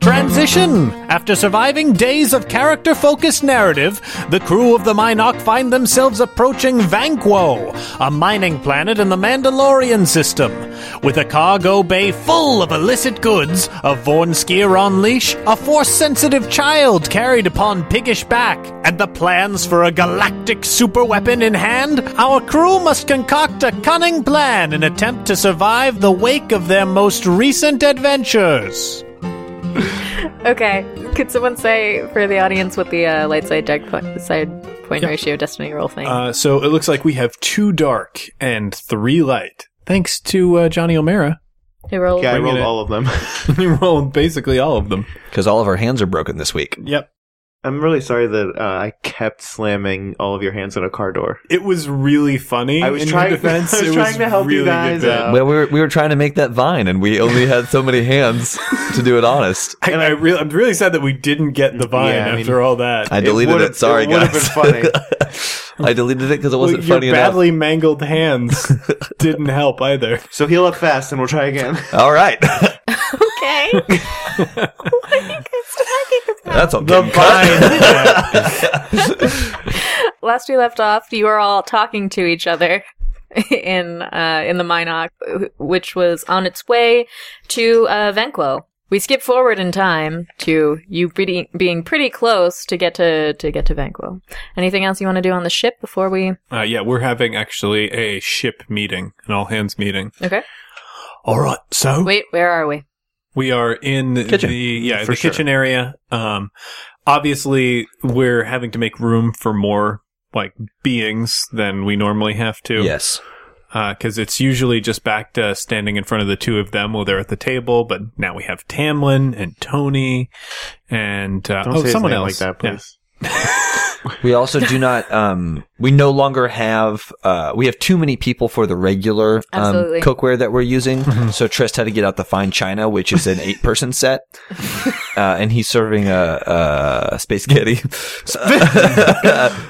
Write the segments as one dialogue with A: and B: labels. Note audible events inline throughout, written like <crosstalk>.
A: Transition! After surviving days of character focused narrative, the crew of the Minok find themselves approaching Vanquo, a mining planet in the Mandalorian system. With a cargo bay full of illicit goods, a Vornskier on leash, a force sensitive child carried upon piggish back, and the plans for a galactic superweapon in hand, our crew must concoct a cunning plan in attempt to survive the wake of their most recent adventures.
B: Okay. Could someone say for the audience what the uh, light side dark point, side point
C: Yeah.
B: ratio destiny roll thing?
C: Uh, so it looks like we have two dark and three light, thanks to uh, Johnny O'Mara. <laughs>
B: He rolled.
D: Yeah, I rolled
C: it.
D: all of them. <laughs>
C: he rolled basically all of them.
E: because all of our hands are broken this week.
C: Yep.
D: I'm really sorry that uh, I kept slamming all of your hands on a car door.
C: It was really funny.
D: I was
C: in
D: trying- <laughs>
C: your defense.
D: I was
C: It
D: trying to help you
C: really good
D: guys
C: bit.
D: out.
E: Well, we were, we were trying to make that vine, and we only had so many hands to do it honest.
C: I, I really, I'm really sad that we didn't get the vine
D: Yeah, I mean-
C: after all that.
D: <laughs>
E: I deleted it.
D: would've-
E: Sorry,
D: it would've
E: guys.
D: been
E: funny. <laughs> I deleted it because it
C: Well,
E: wasn't
C: your
E: funny enough.
C: badly mangled
E: <laughs>
C: hands didn't help
D: <laughs>
C: either.
D: So heal up fast and we'll try again.
E: All right, <laughs>
B: Okay. what
C: <laughs>
B: are you guys talking about?
E: that's a good cut.
B: Last we left off, you were all talking to each other <laughs> in uh, in the Minoc, which was on its way to uh, Venquo. We skip forward in time to you pretty, being pretty close to get to to get to Vanquo. Anything else you want to do on the ship before we?
C: Uh, yeah, we're having actually a ship meeting, an all hands meeting.
B: Okay.
C: All right, so
B: Wait, where are we?
C: We are in
E: Kitchen.
C: the yeah
D: For
C: the
D: sure.
C: kitchen area. Um, obviously we're having to make room for more like beings than we normally have to.
E: Yes,
C: because it's usually just back to standing in front of the two of them while they're at the table. But now we have Tamlin and Tony and uh,
D: Don't
C: oh
D: say his
C: someone
D: name
C: else
D: like that,
C: Yeah.
D: please.
E: we also do not. Um, we no longer have. Uh, we have too many people for the regular um,
B: Absolutely.
E: cookware that we're using. So Trist had to get out the fine china, which is an
B: <laughs>
E: eight-person set, uh, and he's serving a, a space spaghetti,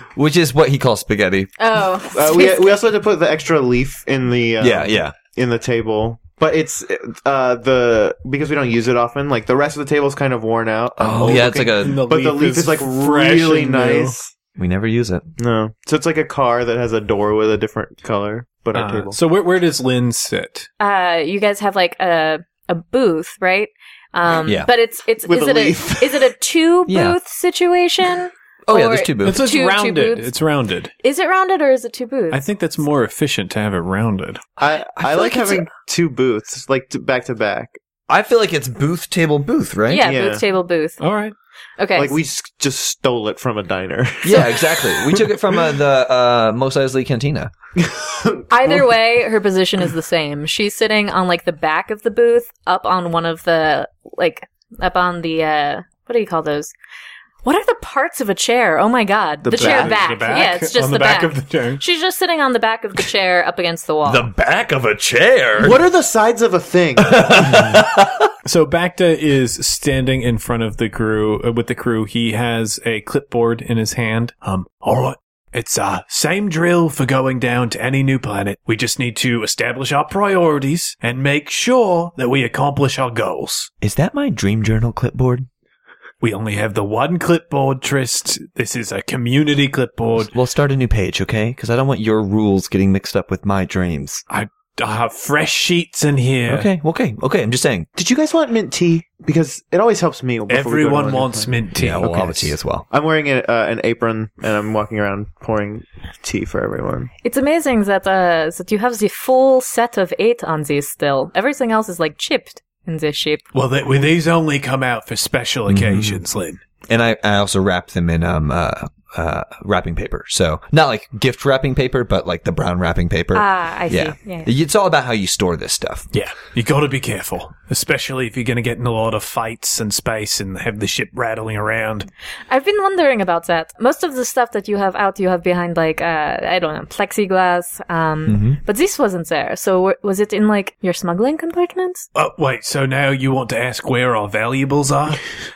E: <laughs> which is what he calls spaghetti.
B: Oh,
D: Uh, we we also had to put the extra leaf in the uh,
E: yeah, yeah.
D: in the table. But it's uh the because we don't use it often. Like the rest of the table's kind of worn out.
E: Oh, yeah. It's like a.
C: And the
D: but the leaf is, like
C: fresh
D: really
C: and new.
D: nice.
E: We never use it.
D: No, so it's like a car that has a door with a different color, but our
C: Uh,
D: table.
C: so where where does Lynn sit?
B: uh, you guys have like a a booth, right? Um,
E: Yeah.
B: But it's it's
D: With
B: is
D: a
B: it
D: leaf.
B: a <laughs> is it a two booth
E: <laughs> Yeah.
B: situation?
E: Oh yeah,
B: Or-
E: there's two booths.
C: It's, it's
B: Two- two
C: rounded.
B: booths.
C: it's rounded.
B: Is it rounded or is it two booths?
C: I think that's more efficient to have it rounded.
D: I
E: I
D: I,
E: feel
D: like,
E: like it's
D: having two booths, like t- back to back.
E: I feel like it's booth, table, booth, right?
B: yeah,
D: Yeah.
B: booth table booth.
C: All right.
B: Okay.
D: Like we s- just stole it from a diner. <laughs>
E: Yeah, exactly. We took it from uh, the uh, Mos Eisley Cantina.
B: Either way, her position is the same. She's sitting on like the back of the booth, up on one of the like up on the uh what do you call those? What are the parts of a chair? Oh my god. The, chair back.
C: The back
B: Yeah, it's just
C: on
B: the,
C: the back, of the
E: <laughs>
C: chair.
B: She's just sitting on the back of the chair up against the wall.
E: back of a chair.
D: what are the sides of a
E: <laughs>
D: thing?
C: So Bacta is standing in front of the crew uh, with the crew. He has a clipboard in his hand. Um, all right. It's uh same drill for going down to any new planet. We just need to establish our priorities and make sure that we accomplish our goals.
E: Is that my dream journal clipboard?
C: We only have the one clipboard, Trist. This is a community clipboard.
E: We'll start a new page, okay? Because I don't want your rules getting mixed up with my dreams.
C: I have fresh sheets in here.
E: Okay, okay, okay. I'm just saying.
D: Did you guys want mint tea? Because it always helps me. before we go to
C: Everyone
D: another
C: wants
D: place.
C: mint tea.
E: Yeah, we'll have a tea as well.
D: I'm wearing a, uh, an apron and I'm walking around pouring tea for everyone.
B: It's amazing that uh, that you have the full set of eight on this still. Everything else is like chipped in this ship.
C: Well, th- Mm-hmm. well, these only come out for special occasions, Lynn.
E: And I, I also wrap them in um uh uh, wrapping paper. So not like gift wrapping paper, but like the brown wrapping paper.
B: Ah, I see.
E: yeah.
B: Yeah, yeah.
E: It's all about how you store this stuff.
C: Yeah, you got to be careful, especially if you're going to get in a lot of fights in space and have the ship rattling around.
B: I've been wondering about that. Most of the stuff that you have out, you have behind like uh, I don't know plexiglass. Um, but this wasn't there. So w- was it in like your smuggling compartment?
C: Oh, wait, so now you want to ask where our valuables are?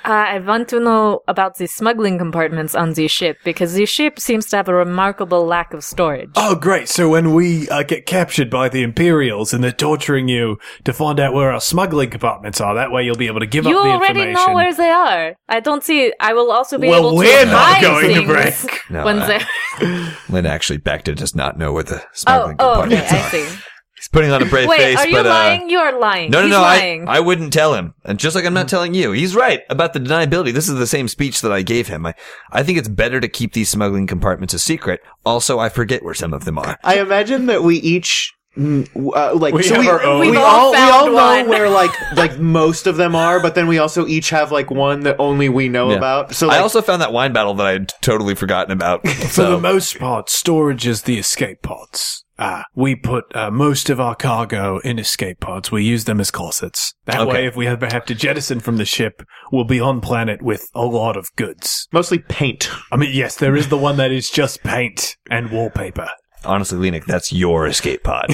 B: Uh, I want to know about the smuggling compartments on the ship because the ship seems to have a remarkable lack of storage.
C: Oh, great. So when we uh, get captured by the Imperials and they're torturing you to find out where our smuggling compartments are, that way you'll be able to give
B: you
C: up the
B: already
C: information.
B: know where they are. I don't see. I will also be
C: Well,
B: able to
C: we're not
B: buy
C: going to
B: things
C: break.
B: <laughs>
E: No,
B: when
E: I-
B: they're.
E: Lynn actually Bector does not know where the
B: Oh,
E: smuggling
B: oh, okay,
E: compartments
B: I
E: are.
B: see.
E: He's putting on a brave
B: Wait,
E: face,
B: are you
E: but
B: lying?
E: uh,
B: you are lying.
E: no, no,
B: He's
E: no. I,
B: lying. Mm.
E: I wouldn't tell him. And just like I'm not telling you, he's right about the deniability. This is the same speech that I gave him. I, I think it's better to keep these smuggling compartments a secret. Also, I forget where some of them are.
D: I imagine that we each. mm, w- Uh, like
C: We
D: so
C: have
D: we,
C: our own.
D: we
B: We've all
D: all, we all
B: found
D: know
B: one. <laughs>
D: where like like most of them are, but then we also each have like one that only we know
E: Yeah.
D: about. So
E: I
D: like,
E: also found that wine battle that I had totally
D: <laughs>
E: forgotten about.
C: For the
E: So
C: most part, storage is the escape pods. Uh, we put uh, most of our cargo in escape pods. We use them as closets. That
E: Okay.
C: way, if we ever have to jettison from the ship, we'll be on planet with a lot of goods.
D: mostly paint.
C: I mean, yes, there is the one that is just paint and wallpaper.
E: honestly, Lenik, that's your escape pod.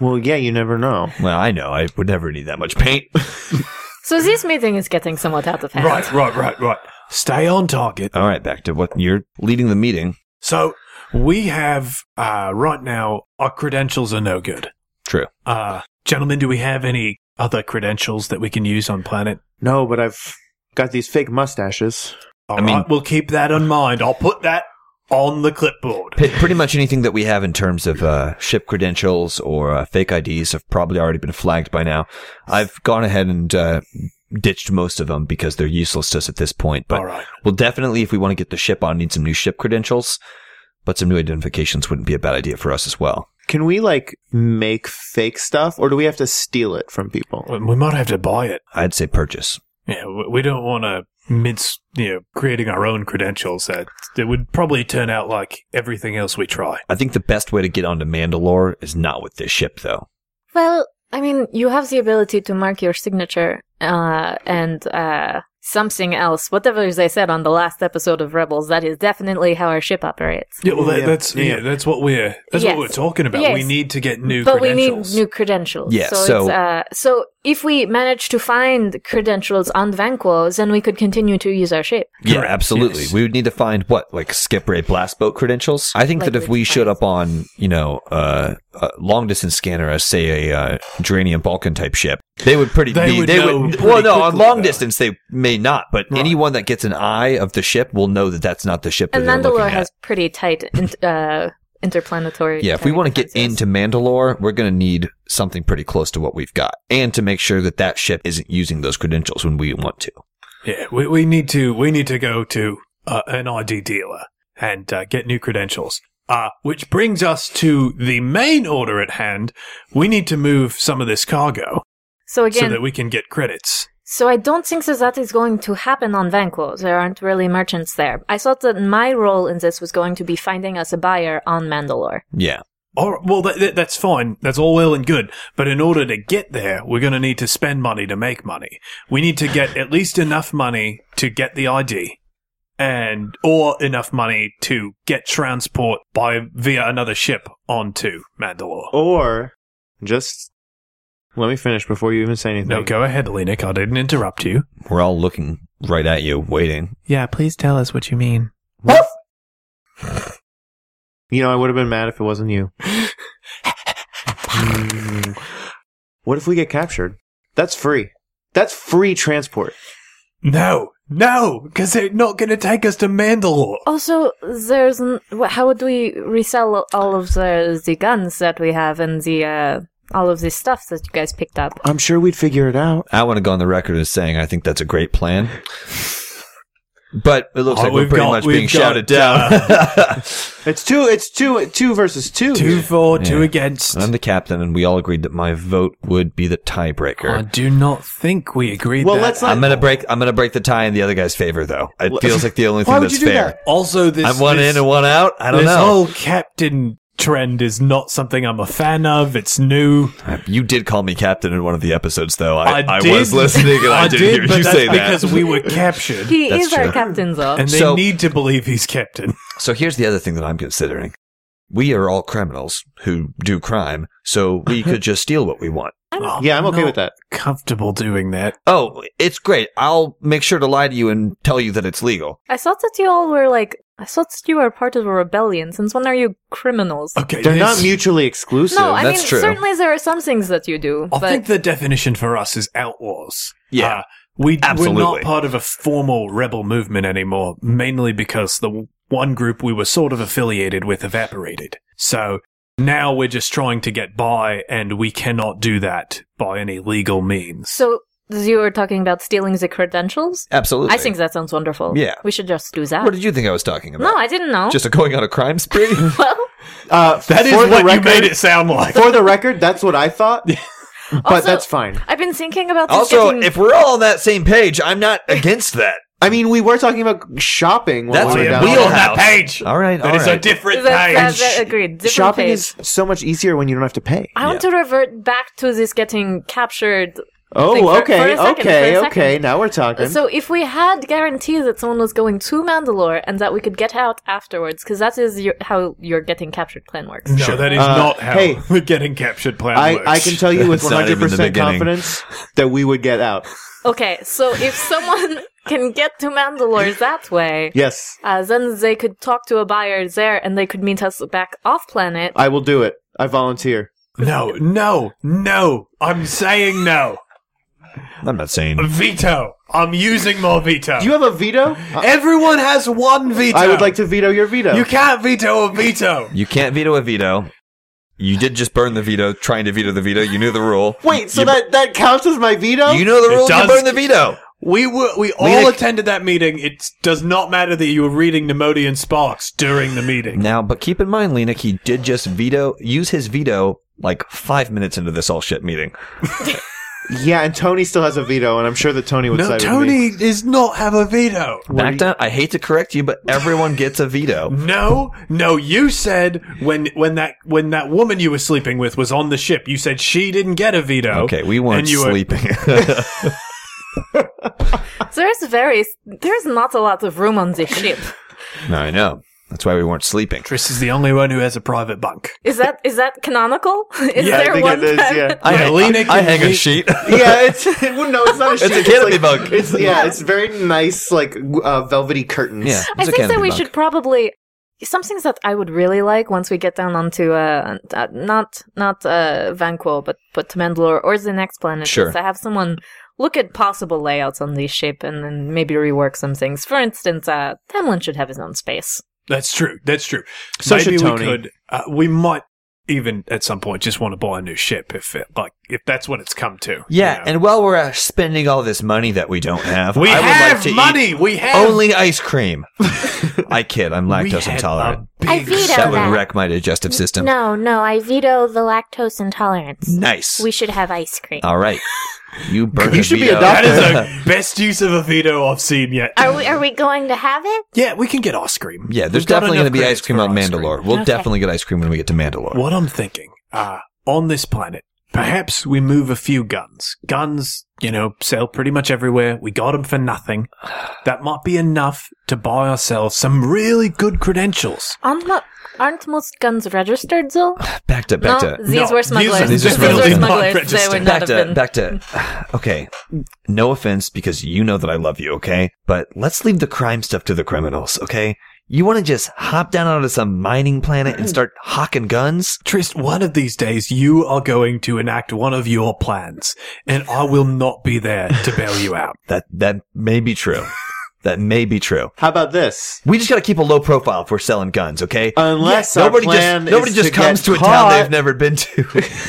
D: Well, yeah, you never know.
E: well, I know I would never need that much paint.
B: so this meeting is getting somewhat out of hand.
C: Right, right, right, right. Stay on target.
E: All right, back to what you're leading the meeting.
C: So we have uh, right now our credentials are no good.
E: True.
C: Uh, gentlemen, do we have any other credentials that we can use on planet?
D: No, but I've got these fake mustaches.
C: All
E: mean-
C: right, we'll keep that in mind. I'll put that on the clipboard.
E: P- pretty much anything that we have in terms of uh, ship credentials or uh, fake IDs have probably already been flagged by now. I've gone ahead and uh, ditched most of them because they're useless to us at this point. But
C: All right.
E: we'll definitely, if we want to get the ship on, need some new ship credentials. But some new identifications wouldn't be a bad idea for us as well.
D: Can we like make fake stuff, or do we have to steal it from people?
C: We we might have to buy it.
E: I'd say purchase.
C: Yeah, we- we don't want to mince, you know, creating our own credentials. That that would probably turn out like everything else we try.
E: I think the best way to get onto Mandalore is not with this ship, though.
B: Well, I mean, you have the ability to mark your signature uh, and uh, something else. Whatever they said on the last episode of Rebels, that is definitely how our ship operates.
C: Yeah, well, that,
D: Yeah,
C: that's yeah.
D: yeah.
C: that's what we're that's
B: Yes.
C: what we're talking about. We
B: Yes.
C: need to get new
B: but we need
C: credentials.
B: new credentials.
E: Yeah,
B: so,
E: so-
B: It's, uh, so if we manage to find credentials on Vanquo, then we could continue to use our ship.
E: Yeah,
C: Correct,
E: absolutely.
C: yes.
E: We would need to find what, like skip rate blast boat credentials. I think
B: Like
E: that if we
B: which
E: showed
B: ones?
E: up on, you know, uh, a long distance scanner as say a uh, Geranium Balkan type ship, they would pretty
C: They
E: be-
C: would
E: they
C: know
E: would
C: pretty
E: well no on
C: quickly,
E: long
C: though.
E: distance they may not, but
C: Right.
E: anyone that gets an eye of the ship will know that that's not the ship that
B: And
E: they're looking
B: Mandalore
E: at.
B: has pretty tight in- uh, interplanetary.
E: Yeah, if we want to get
B: defenses.
E: into Mandalore, we're going to need something pretty close to what we've got, and to make sure that that ship isn't using those credentials when we want to.
C: Yeah, we, we need to we need to go to uh, an ID dealer and uh, get new credentials. Uh, which brings us to the main order at hand. We need to move some of this cargo
B: So
C: so
B: again,
C: that we can get credits.
B: So I don't think that that is going to happen on Vanquo. There aren't really merchants there. I thought that my role in this was going to be finding us a buyer on Mandalore.
E: Yeah,
C: All right, well, that, that, that's fine. That's all well and good. But in order to get there, we're going to need to spend money to make money. We need to get at least enough money to get the ID, and or enough money to get transport by via another ship onto Mandalore.
D: Oh, Or just let me finish before you even say anything.
C: No, go ahead, Lenik. I didn't interrupt you.
E: we're all looking right at you, waiting.
C: Yeah, please tell us what you mean.
D: You know, I would have been mad if it
C: <laughs>
D: wasn't you. Mm. what if we get captured? That's free. That's free transport.
C: No, no, because they're not going to take us to Mandalore.
B: Also, there's n- wh- how would we resell all of the the guns that we have and the uh, all of this stuff that you guys picked up?
D: I'm sure we'd figure it out.
E: I want to go on the record as saying I think that's a great plan. But it looks
C: Oh,
E: like we're
C: we've
E: pretty
C: got-
E: much
C: we've
E: being
C: got,
E: shouted down.
C: <laughs>
D: It's two. It's two. Two versus two.
C: Two
D: here.
C: for, two
E: Yeah.
C: against.
E: I'm the captain, and we all agreed that my vote would be the tiebreaker.
C: I do not think we agreed.
D: Well,
C: that.
D: let's not.
E: I'm gonna break. I'm gonna break the tie in the other guy's favor, though. It feels like
C: <laughs>
E: the only
D: Why
E: thing
D: would
E: that's
D: you do
E: fair.
D: that?
C: Also, this
E: I'm one
C: this,
E: in and one out. I don't
C: this
E: know.
C: whole captain trend is not something I'm a fan of. It's new.
E: you did call me captain in one of the episodes, though. I, I,
C: did-
E: was listening,
C: <laughs>
E: and I, didn't hear
C: but
E: you
C: that's
E: say that.
C: because
E: <laughs>
C: we were captured,
B: He
E: That's
B: is our
E: true.
B: captain, though.
C: and they
E: So-
C: need to believe he's captain.
E: So here's the other thing that I'm considering. We are all criminals who do crime, so
C: <laughs>
E: we could just steal what we want.
D: yeah, I'm okay
C: Oh, not
D: with that.
C: Comfortable doing that.
E: Oh, it's great. I'll make sure to lie to you and tell you that it's legal.
B: I thought that you all were like. I thought that you were part of a rebellion. Since when are you criminals?
C: Okay,
D: They're not
C: this-
D: mutually exclusive.
B: no, I
E: that's
B: mean
E: true.
B: certainly there are some things that you do,
C: I
B: but
C: think the definition for us is outlaws.
E: Yeah,
C: Uh, we, we're
E: absolutely.
C: not part of a formal rebel movement anymore, mainly because the one group we were sort of affiliated with evaporated. So now we're just trying to get by, and we cannot do that by any legal means.
B: so you were talking about stealing the credentials.
E: absolutely.
B: I think that sounds wonderful.
E: Yeah.
B: we should just do that.
E: What did you think I was talking about?
B: no, I didn't know.
E: Just going on a crime spree?
B: <laughs> well,
D: Uh,
C: That is
D: for the
C: what you
D: record-
C: made it sound like. <laughs>
D: For the record, that's what I thought. But
B: Also-
D: that's fine.
B: I've been thinking about this
E: <laughs> also,
B: getting-
E: if we're all on that same page, I'm not against that.
D: I mean, we were talking about shopping when
E: That's
D: we were
E: a
D: down
E: wheel-
D: there.
C: that page.
E: All right,
C: That
E: all
C: is a
E: right.
C: different
B: That- that-
C: page.
B: that- agreed. Different
D: Shopping
B: page.
D: is so much easier when you don't have to pay.
B: I want to revert back to this getting captured. Think
D: Oh,
B: for- for
D: okay,
B: a second,
D: okay,
B: for a
D: okay.
B: second.
D: Now we're talking.
B: So if we had guarantees that someone was going to Mandalore and that we could get out afterwards, because that is your, how your getting captured plan works.
C: no, that is
D: Uh,
C: not how
D: hey.
C: we're getting captured plan
D: I,
C: works.
D: I can tell you with
E: <laughs> It's not even the
D: 100%
E: beginning.
D: confidence that we would get out.
B: Okay, so if someone <laughs> can get to Mandalore that way,
D: Yes,
B: uh, then they could talk to a buyer there and they could meet us back off planet.
D: I will do it. I volunteer.
C: No, no, no. I'm saying no.
E: I'm not saying.
C: Veto. I'm using my veto.
D: Do you have a veto? I,
C: Everyone has one veto.
D: I would like to veto your veto.
C: You can't veto a veto.
E: You can't veto a veto. You did just burn the veto trying to veto the veto. You knew the rule.
D: Wait, so
E: You-
D: that, that counts as my veto?
E: You know the
C: It
E: rule. You
C: does-
E: burn the veto.
C: We were we all
E: Lena-
C: attended that meeting. It does not matter that you were reading Nemodian Sparks during the meeting.
E: Now, but keep in mind, Lena, he did just veto, use his veto like five minutes into this all shit meeting.
D: yeah, and Tony still has a veto, and I'm sure that Tony would
C: No,
D: side with me.
C: Tony does not have a veto.
E: Back down. I hate to correct you, but everyone gets
B: <laughs>
E: a veto.
C: No, no. You said when when that when that woman you were sleeping with was on the ship, you said she didn't get a veto.
E: Okay, we weren't
C: And you were-
E: sleeping. <laughs>
D: Ah.
B: There's very, there's not a lot of room on this ship.
E: no, I know. That's why we weren't sleeping.
C: Chris is the only one who has a private bunk.
B: Is that is that canonical? <laughs> Is
C: Yeah, I
B: there
D: I think
B: one
D: it is,
B: time-
D: yeah.
E: I,
C: Yeah,
E: hang,
C: Lena
E: I, I
C: can
E: hang a
C: ve-
E: sheet.
D: yeah, it's <laughs> well, no, it's not a sheet.
E: It's a canopy
D: like-
E: bug.
D: It's
E: <laughs>
D: yeah, it's very nice, like w- uh, velvety curtains.
E: yeah,
B: I
E: it's a
B: think that
E: canopy
B: we
E: bunk.
B: should probably some things that I would really like once we get down onto uh, uh not not uh Vanquo but but to Mandalore or the next planet
E: Sure.
B: is to have someone look at possible layouts on the ship and then maybe rework some things. For instance, uh Tamlin should have his own space.
C: That's true. That's true.
D: So
C: Maybe
D: should Tony.
C: we could. Uh, we might even at some point just want to buy a new ship if it, like if that's what it's come to.
E: Yeah,
C: you know.
E: and while we're uh, spending all this money that we don't have,
C: we
E: I would
C: have
E: like to eat
C: money. we have
E: only ice
C: <laughs>
E: cream. I kid. I'm
C: we
E: lactose
C: had
E: intolerant.
C: a
F: I
C: big-
F: veto
E: That would
F: that.
E: wreck my digestive system.
F: No, no, I veto the lactose intolerance.
E: Nice.
F: We should have ice cream.
E: All right.
C: <laughs>
E: You burn
D: You
E: a
D: should be
E: veto.
D: a
C: That
E: <laughs>
D: doctor.
C: is the best use of a veto I've seen yet.
F: Are we are we going to have it?
C: yeah, we can get ice cream.
E: Yeah, there's
C: We've got
E: definitely
C: enough
E: going to be
C: credits
E: ice cream
C: for
E: on
C: ice cream.
E: Mandalore. We'll
F: Okay.
E: definitely get ice cream when we get to Mandalore.
C: What I'm thinking, uh, on this planet, perhaps we move a few guns. Guns, you know, sell pretty much everywhere. We got them for nothing. That might be enough to buy ourselves some really good credentials.
B: Aren't mo- aren't most guns registered though?
E: Back to back
B: no,
E: to
B: these
C: No,
B: were
C: these are
B: smugglers.
E: These are definitely
B: were
E: not
B: smugglers. They
C: registered.
B: would not
E: back
B: have
E: to
B: been.
E: back to.
B: <laughs>
E: Okay, no offense because you know that I love you. Okay, but let's leave the crime stuff to the criminals. Okay, you want to just hop down onto some mining planet and
B: <laughs>
E: start hawking guns?
C: Trist, one of these days you are going to enact one of your plans, and I will not be there to bail you out.
E: That that may be true. that may be true.
D: How about this?
E: We just got to keep a low profile if we're selling guns. Okay.
D: Unless our
E: nobody
D: plan
E: just nobody
D: is
E: just
D: to
E: comes
D: get
E: to a
D: caught.
E: town they've never been to. <laughs>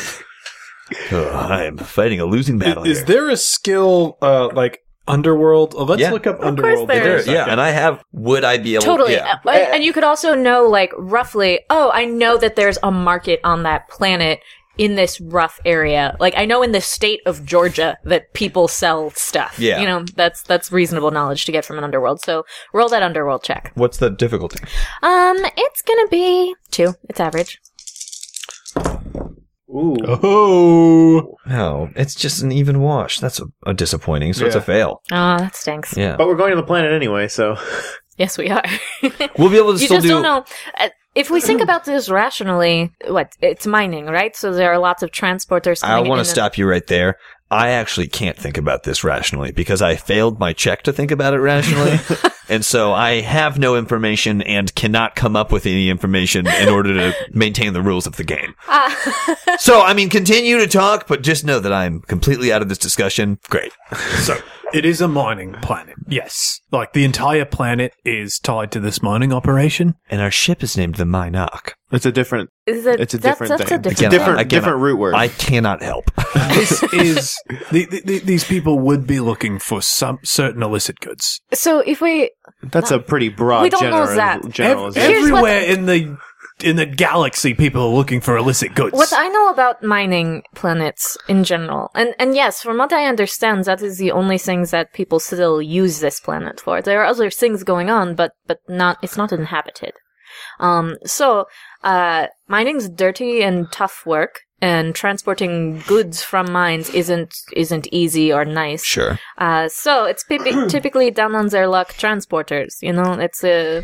E: Ugh, I am fighting a losing battle
C: Is
E: here.
C: there a skill uh, like Underworld. Oh, let's
E: Yeah.
C: look up
B: course
C: Underworld.
B: there
C: for a
B: is.
E: Yeah,
C: second.
E: and I have. Would I be able?
B: Totally.
E: Oh, Yeah.
B: Uh, And, and you could also know, like, roughly, oh, I know that there's a market on that planet in this rough area. Like, I know in the state of Georgia that people sell stuff.
E: Yeah.
B: You know, that's, that's reasonable knowledge to get from an underworld. So roll that underworld check.
E: What's the difficulty?
F: Um, it's gonna be
B: Two. It's average.
D: Ooh.
A: Oh,
E: No, it's just an even wash. That's a, a disappointing. So it's a
D: Yeah.
E: fail.
B: Ah, that stinks.
E: Yeah,
D: But we're going to the planet anyway, so
B: Yes, we
E: <laughs>
B: are.
E: we'll be able to
B: you
E: still
B: just
E: do.
B: don't know. Uh, If we think about this rationally, what it's mining, right? So there are lots of transporters.
E: I
B: coming
E: want
B: in
E: to
B: and-
E: stop you right there. I actually can't think about this rationally because I failed my check to think about it rationally. and so I have no information and cannot come up with any information in order to maintain the rules of the game.
B: Ah.
E: <laughs> So, I mean, continue to talk, but just know that I'm completely out of this discussion. Great.
C: So it is a mining planet. Yes. Like the entire planet is tied to this mining operation.
E: And our ship is named the Minoc.
D: it's a different.
B: Is it-
D: It's a
B: that's-
D: different
B: that's
D: thing.
B: a
D: It's
E: Again,
B: different-
D: different-
E: I cannot-
D: different root word.
E: I cannot help.
C: This
E: <laughs>
C: is the, the, the- these people would be looking for some certain illicit goods.
B: So if we
D: That's a pretty broad
B: We don't know
D: general,
B: that.
C: Ev-
D: generalization.
B: Here's what-
C: everywhere in the in the galaxy, people are looking for illicit goods.
B: What I know about mining planets in general, and, and yes, from what I understand, that is the only things that people still use this planet for. There are other things going on, but but not it's not inhabited. Um, so uh, mining's dirty and tough work, and transporting goods from mines isn't isn't easy or nice.
E: sure.
B: Uh, so it's
E: <clears throat>
B: typi- typically down on their luck transporters. You know, it's a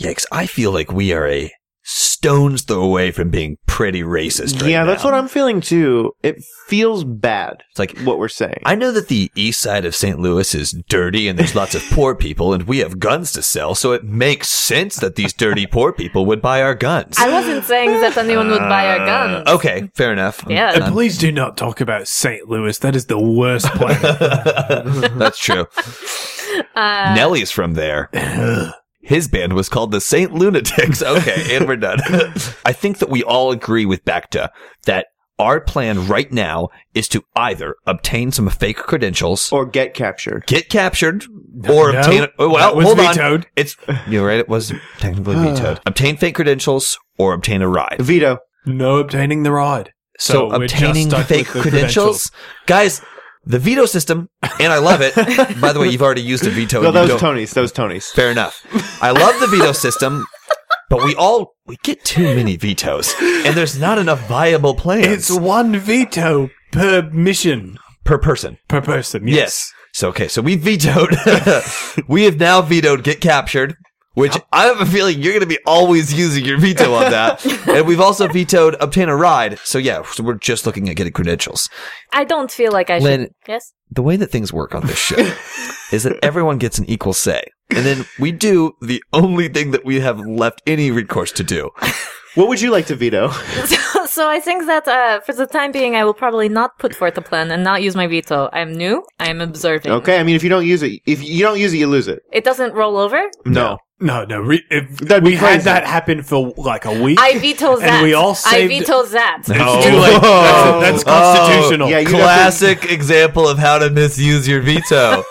E: Yikes. I feel like we are a stone's throw away from being pretty racist right
D: yeah, that's
E: now.
D: what I'm feeling too. It feels bad.
E: It's like,
D: what we're saying.
E: I know that the east side of St. Louis is dirty and there's
D: <laughs>
E: lots of poor people and we have guns to sell, so it makes sense that these dirty poor people would buy our guns.
B: I wasn't saying that anyone would buy our guns.
E: Uh, okay, fair enough. I'm-
B: Yeah.
C: And
E: I'm-
C: please do not talk about St. Louis. That is the worst planet.
E: <laughs> that's true.
B: Uh,
E: Nelly's
C: <sighs>
E: from there. His band was called the
C: <laughs>
E: Saint Lunatics. Okay, and we're done. I think that we all agree with Bacta that our plan right now is to either obtain some fake credentials,
D: or get captured.
E: get captured, <laughs> or
C: No,
E: obtain. oh, Well,
C: that was
E: hold on.
C: vetoed.
E: It's you're right. It was
C: <sighs>
E: technically vetoed. Obtain fake credentials or obtain a ride.
D: Veto.
C: No obtaining the ride.
E: So,
C: we're just
E: obtaining
C: stuck with
E: fake
C: the
E: credentials, guys. The veto system, and I
C: <laughs>
E: love it. By the way, you've already used a veto.
D: No,
E: and you
D: those
E: don't-
D: Tonys. Those Tonys.
E: Fair enough. I love the veto system, but we all we get too many vetoes, and there's not enough viable plans
C: It's one veto per mission
E: per person.
C: per person.
E: Yes.
C: Yes.
E: So okay, so we vetoed. <laughs> we have now vetoed get captured, which I have a feeling you're going to be always using your veto on that. and we've also vetoed obtain a ride. So yeah, so we're just looking at getting credentials.
B: I don't feel like I
E: Lynn-
B: should. Yes.
E: The way that things work on this show is that everyone gets an equal say. And then we do the only thing that we have left any recourse to do.
D: What would you like to <laughs> veto?
B: So, <laughs> so I think that uh, for the time being, I will probably not put forth a plan and not use my veto. I'm new. I'm observing.
D: Okay, I mean, if you don't use it, if you don't use it, you lose it.
B: It doesn't roll over.
D: No.
C: No, no. Re- if
D: That'd be
C: we had
D: crazy.
C: that happen for like a week. <laughs>
B: I veto that.
C: we all
B: I
C: saved-
B: veto
C: <laughs>
B: that.
C: It's too late. That's, that's constitutional.
D: Yeah, you'd have to-
E: Classic example of how to misuse your veto.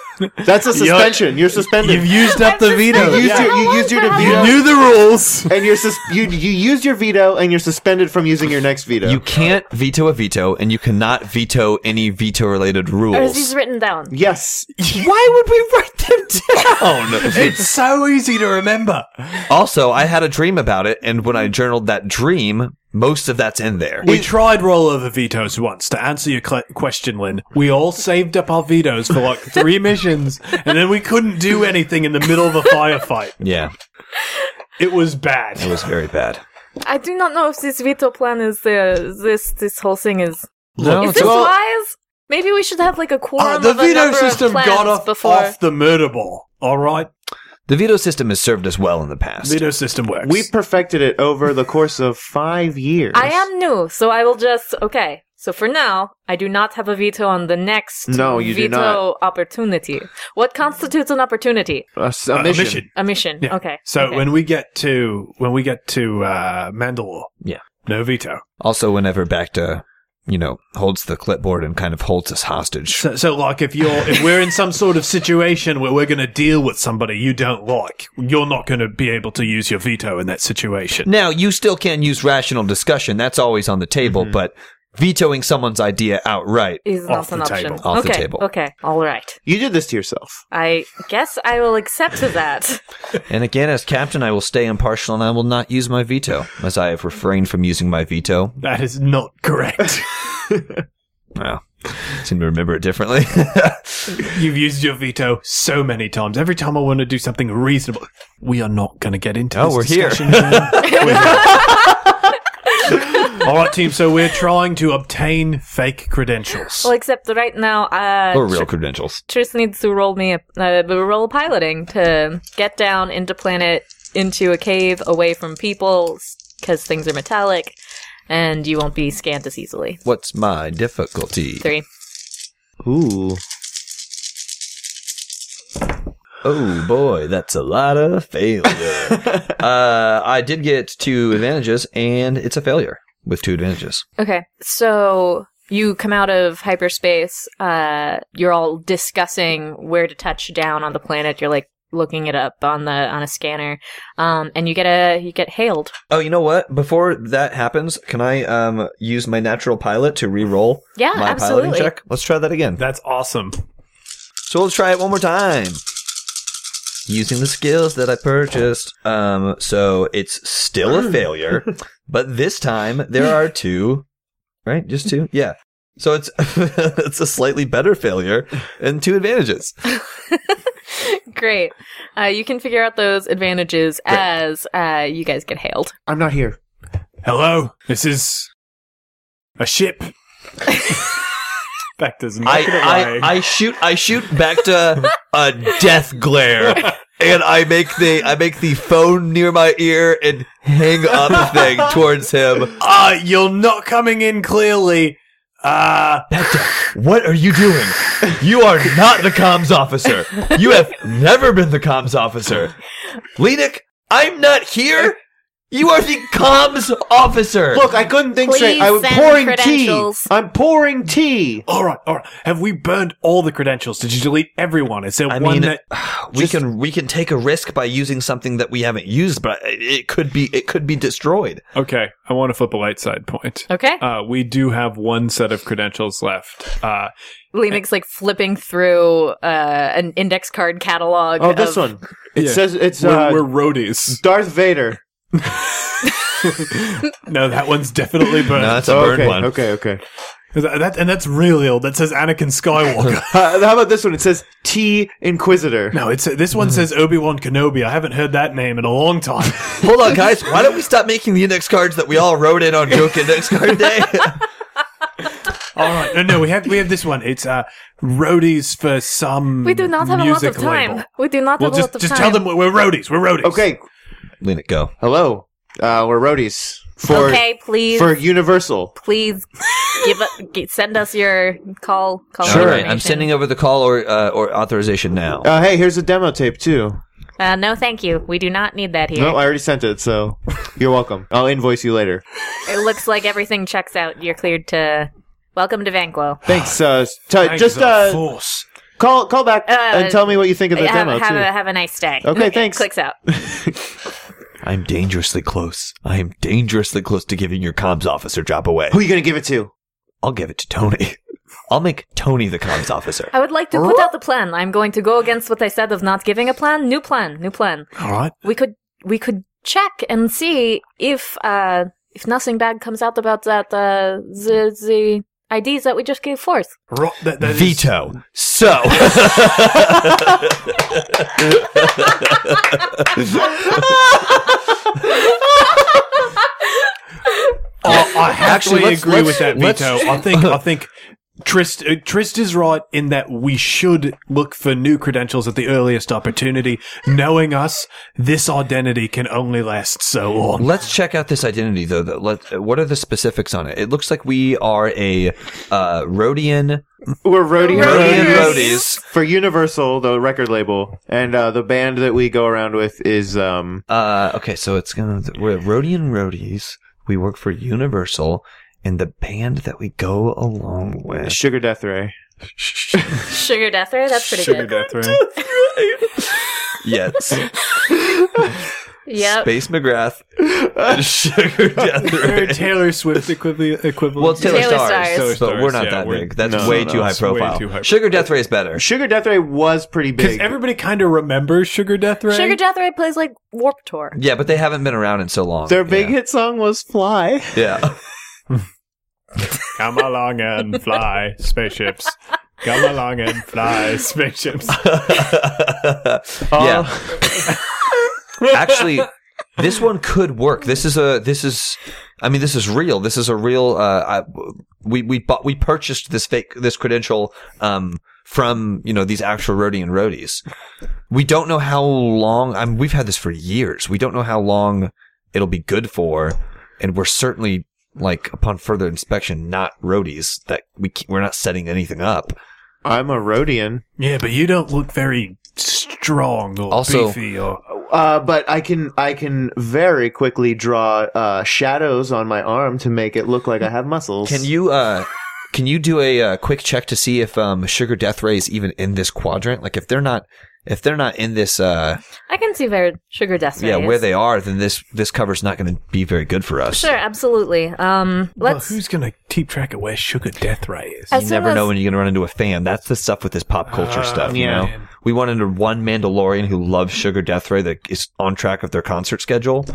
D: That's a suspension. You're suspended.
C: You've used up the veto.
D: you used
C: Yeah.
D: your, you used your
C: You
D: veto,
C: knew the rules.
D: and you're sus- you you used your veto, and you're suspended from using your next veto.
E: You can't veto a veto, and you cannot veto any veto related
B: Or is these
E: rules.
B: written down?
D: yes,
E: Why would we write <laughs> them down?
C: It's so easy to remember.
E: also, I had a dream about it, and when I journaled that dream, most of that's in there.
C: We tried rollover vetoes once to answer your cl- question, Lynn. We all saved up our vetoes for like three missions, and then we couldn't do anything in the middle of a firefight.
E: Yeah,
C: It was bad.
E: it was very bad.
B: I do not know if this veto plan is the this this whole thing is.
E: No,
C: Oh,
B: is this wise? Maybe we should have like a quorum.
C: Uh, the
B: of a
C: veto
B: number of
C: system
B: plans
C: got off,
B: before.
C: off the murder ball. All right,
E: the veto system has served us well in the past.
C: veto system works.
D: we perfected it over the course of five years.
B: I am new, so I will just okay. So for now, I do not have a veto on the next
D: No, you do
B: veto
D: not.
B: opportunity. What constitutes an opportunity?
D: a, s- a
C: Uh,
D: mission.
C: mission.
B: A mission.
C: Yeah.
B: Okay.
C: So
B: okay.
C: when we get to when we get to uh, Mandalore,
E: Yeah.
C: no veto.
E: Also, whenever Bacta you know, holds the clipboard and kind of holds us hostage.
C: So, so like, if you're if we're in some sort of situation where we're going to deal with somebody you don't like, you're not going to be able to use your veto in that situation.
E: Now, you still can use rational discussion. That's always on the table, but vetoing someone's idea outright.
B: Is
C: Off
B: not an
C: the
B: option.
C: table.
E: Off the
B: okay.
E: table.
B: Okay. All right.
D: You did this to yourself.
B: I guess I will accept
E: <laughs>
B: that.
E: And again, as captain, I will stay impartial and I will not use my veto, as I have refrained from using my veto.
C: That is not correct. <laughs>
E: Well, seem to remember it differently. <laughs>
C: You've used your veto so many times. Every time I want to do something reasonable, we are not going to get into.
E: Oh,
C: this
E: we're here.
C: discussion, man. We're here. All right, team. So we're trying to obtain fake credentials.
B: well, except right now, uh,
E: or <laughs> real credentials.
B: Tris needs to roll me a uh, roll piloting to get down into planet into a cave away from people because things are metallic and you won't be scanned as easily.
E: What's my difficulty?
B: Three.
D: Ooh.
E: Oh boy, that's a lot of failure. uh, I did get two advantages, and it's a failure with two advantages.
B: Okay. So you come out of hyperspace. Uh, you're all discussing where to touch down on the planet. You're like looking it up on the on a scanner, um, and you get a you get hailed.
E: Oh, you know what? Before that happens, can I um, use my natural pilot to re-roll
B: Yeah,
E: my
B: absolutely.
E: piloting check? Let's try that again.
C: That's awesome.
E: So let's try it one more time. Using the skills that I purchased. Um, so it's still a failure, but this time there are two, right? Just two? Yeah. So it's, <laughs> it's a slightly better failure and two advantages.
B: <laughs> Great. Uh, you can figure out those advantages as uh, you guys get hailed.
D: I'm not here.
C: Hello, this is a ship. Back does not
E: I, I, I shoot I shoot back to a death glare and I make the I make the phone near my ear and hang up the thing towards him.
C: Uh, you're not coming in clearly. Uh,
E: What are you doing? You are not the comms officer. You have never been the comms officer. Lenik, I'm not here. You are the comms officer.
D: Look, I couldn't think straight.
F: Please
D: I was
F: send
D: pouring tea.
F: credentials.
D: I'm pouring tea.
C: all right, all right. Have we burned all the credentials? Did you delete everyone? Is there
E: I
C: one
E: mean,
C: that?
E: we can we can take a risk by using something that we haven't used, but it- it could be it could be destroyed.
C: Okay, I want to flip a light side point.
B: Okay.
C: Uh, we do have one set of credentials left. Uh,
B: Lenix like flipping through uh, an index card catalog.
D: Oh, this
B: of-
D: one. It
C: Yeah.
D: says it's
C: we're,
D: uh,
C: we're roadies.
D: Darth Vader.
C: No, that one's definitely burned.
E: <laughs> No, that's a burned
D: Oh, okay,
E: one.
D: okay, okay.
C: That- that- and that's really old. That says Anakin
E: <laughs>
C: Skywalker.
D: Uh, how about this one? It says Tea
C: <laughs>
D: Inquisitor.
C: no, it's this one says Obi Wan Kenobi. I haven't heard that name in a long time.
E: Hold on, guys. Why don't we stop making the index cards that we all wrote in on Joke Index Card <laughs> Day?
C: All right, no, no, we have we have this one. It's uh, roadies for some.
B: We do not have a lot
C: music
B: of time.
C: label.
B: We do not
C: Well,
B: have a lot
C: just
B: of
C: just
B: time.
C: tell them we're, we're roadies. We're roadies.
D: Okay,
E: Lean it, go.
D: hello. Uh, we're roadies for
B: okay, please,
D: for Universal.
B: please give a, g- send us your call. call
E: All right,
B: information.
E: I'm sending over the call or uh, or authorization now.
D: Uh, hey, here's a demo tape too.
B: Uh, no, thank you. We do not need that here.
D: No, I already sent it, so you're welcome. I'll invoice you later.
B: It looks like everything checks out. You're cleared to. Welcome to Vanquo.
D: Thanks. Uh, t-
C: Thank
D: just
C: the
D: uh,
C: force.
D: call call back and tell me what you think of the
B: Uh, Have,
D: demo
B: have,
D: too.
B: a, have a nice day.
D: Okay, thanks.
B: Clicks out.
E: I'm dangerously close. I am dangerously close to giving your comms officer job away.
D: Who you gonna give it to?
E: I'll give it to Tony. <laughs> I'll make Tony the comms officer.
B: I would like to put out the plan. I'm going to go against what I said of not giving a plan. New plan. New plan.
C: All right.
B: we could we could check and see if uh if nothing bad comes out about that uh the the IDs that we just gave forth. <laughs>
C: Ro- that- that is-
E: Veto. So.
C: Oh, I actually
E: let's-
C: agree with that
E: let's-
C: veto. I think
E: <laughs>
C: I think Trist uh, Trist is right in that we should look for new credentials at the earliest opportunity. Knowing us, this identity can only last so
E: <laughs>
C: long.
E: <laughs> Let's check out this identity though. That let, what are the specifics on it? It looks like we are a uh, Rhodian.
D: We're roadies.
E: Rhodian Roadies.
D: for Universal, the record label, and uh, the band that we go around with is um
E: Uh, okay, so it's gonna we're Rhodian Roadies. We work for Universal, and the band that we go along with.
D: Sugar Death Ray.
B: Sugar Death Ray? That's pretty
C: Sugar
B: good.
C: Death Ray.
E: Yes.
B: Yep.
E: Space McGrath and Sugar Death
C: Or
E: Ray.
C: Taylor Swift equivalent. equivalent.
E: Well, it's Taylor,
B: Taylor
E: Stars,
B: Stars. Taylor
E: but we're
C: Stars,
E: not
C: yeah,
E: that
C: we're-
E: big. That's
D: no,
E: way,
D: no,
E: too high
C: it's way
E: profile.
C: too high
E: Sugar Death Ray is better.
D: Sugar Death Ray was pretty
C: Because
D: big.
C: everybody kind of remembers Sugar Death Ray.
B: Sugar Death Ray plays like Warp Tour.
E: Yeah, but they haven't been around in so long.
D: Their big
E: yeah.
D: hit song was Fly.
E: Yeah.
C: <laughs> Come along and fly spaceships. Come along and fly spaceships.
E: yeah. <laughs> Actually, this one could work. This is a this is I mean this is real. This is a real uh I, we we bought we purchased this fake this credential um from, you know, these actual roadie and roadies. We don't know how long I mean, we've had this for years. We don't know how long it'll be good for and we're certainly like upon further inspection not roadies that we c- we're not setting anything up.
D: I'm a Rhodian.
C: Yeah, but you don't look very strong or
E: Also-
C: beefy or
D: Uh, but I can I can very quickly draw uh, shadows on my arm to make it look like I have muscles.
E: Can you uh can you do a uh, quick check to see if um Sugar Death Ray is even in this quadrant? Like if they're not if they're not in this uh
B: I can see where Sugar Death Ray
E: yeah, where
B: is.
E: they are, then this this cover's not going to be very good for us.
B: Sure, absolutely. Um, let's.
C: who's gonna keep track of where Sugar Death Ray is?
B: as
E: You
B: soon
E: never
B: as-
E: know when you're going to run into a fan. That's the stuff with this pop
C: Uh,
E: culture
C: Ah,
E: stuff, you
D: yeah.
E: know. We went into one Mandalorian who loves Sugar Death Ray that is on track of their concert schedule.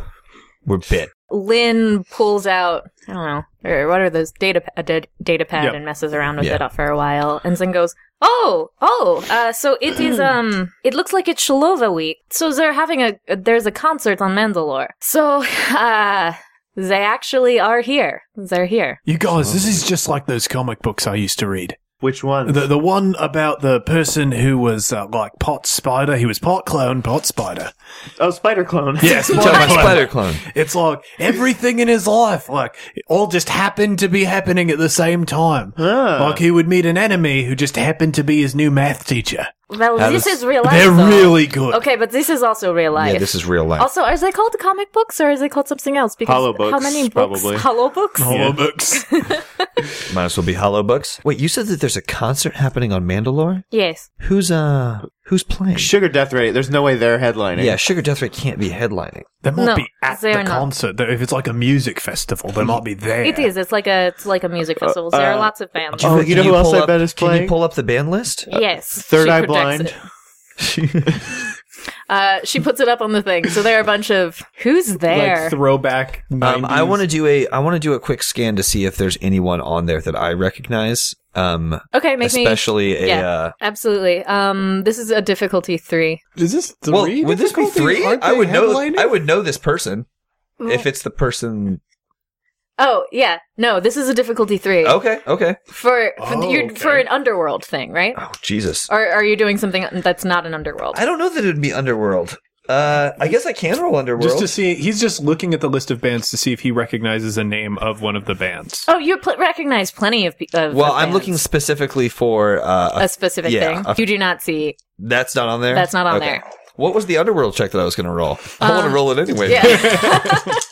E: We're
B: <laughs>
E: bit.
B: Lynn pulls out, I don't know, or what are those data pa- da- data pad
C: Yep.
B: and messes around with
E: Yeah.
B: it for a while, and then goes, "Oh, oh, uh, so it
C: <clears throat>
B: is. Um, it looks like it's Shalova week. So they're having a there's a concert on Mandalore. So, <laughs> uh, they actually are here. They're here.
C: You guys, this is just like those comic books I used to read.
D: Which one?
C: The the one about the person who was uh, like pot spider. He was pot clone, pot spider.
D: oh, Spider Clone.
C: <laughs>
E: <laughs>
C: Yes,
E: Talking about Spider Clone.
C: It's like everything in his life, like it all just happened to be happening at the same time.
D: Ah.
C: Like he would meet an enemy who just happened to be his new math teacher.
B: Well,
E: How
B: this
E: does-
B: is real life.
C: They're
B: though.
C: really good.
B: okay, but this is also real life.
E: Yeah, this is real life.
B: Also, are they called comic books or is they called something else? Because
D: Hollow
B: how
D: books,
B: many books?
D: probably.
B: Hollow books.
C: <laughs> Holobooks.
E: Might as well be Hollow Books. Wait, you said that there's a concert happening on Mandalore?
B: Yes.
E: Who's uh who's playing?
D: Sugar Death Ray. There's no way they're headlining.
E: yeah, Sugar Death Ray can't be headlining.
C: They might
B: No,
C: be at
B: they're
C: the
B: not.
C: concert. though. If it's like a music festival, they might be there.
B: It is. It's like a it's like a music
D: Uh,
B: festival. there are lots of bands.
D: Oh, you know who
E: pull
D: else I
E: up-
D: bet is
E: Can
D: playing?
E: you pull up the band list?
B: yes.
D: Third
B: she
D: Eye
B: projects
D: Blind.
B: it. Uh, she puts it up on the thing. So there are a bunch of who's there.
C: Like throwback.
E: Um, I
C: 90s.
E: want to do a I want to do a quick scan to see if there's anyone on there that I recognize. Um,
B: okay, make me
E: especially a
B: yeah.
E: uh,
B: absolutely. Um, this is a difficulty three.
C: Is this three?
E: well, would this be
C: difficulty?
E: three?
C: Aren't
E: I
C: they
E: would know
C: headlining?
E: I would know this person
B: Mm.
E: if it's the person.
B: Oh yeah, no, this is a difficulty three
E: Okay, okay.
B: for for,
C: Oh,
B: you're,
C: okay.
B: for an underworld thing, right?
E: Oh Jesus,
B: Or are you doing something that's not an underworld?
E: I don't know that it'd be Underworld. Uh, I guess I can roll Underworld.
C: Just to see, he's just looking at the list of bands to see if he recognizes a name of one of the bands.
B: Oh, you pl- recognize plenty of. pe- of
E: well,
B: of
E: I'm
B: bands.
E: looking specifically for uh,
B: a specific
E: yeah,
B: thing.
E: a-
B: you do not
E: <laughs>
B: see.
E: That's not on there.
B: That's not on
E: Okay.
B: there. Um,
E: What was the underworld check that I was going to roll? I want to roll it anyway.
B: Yeah. <laughs>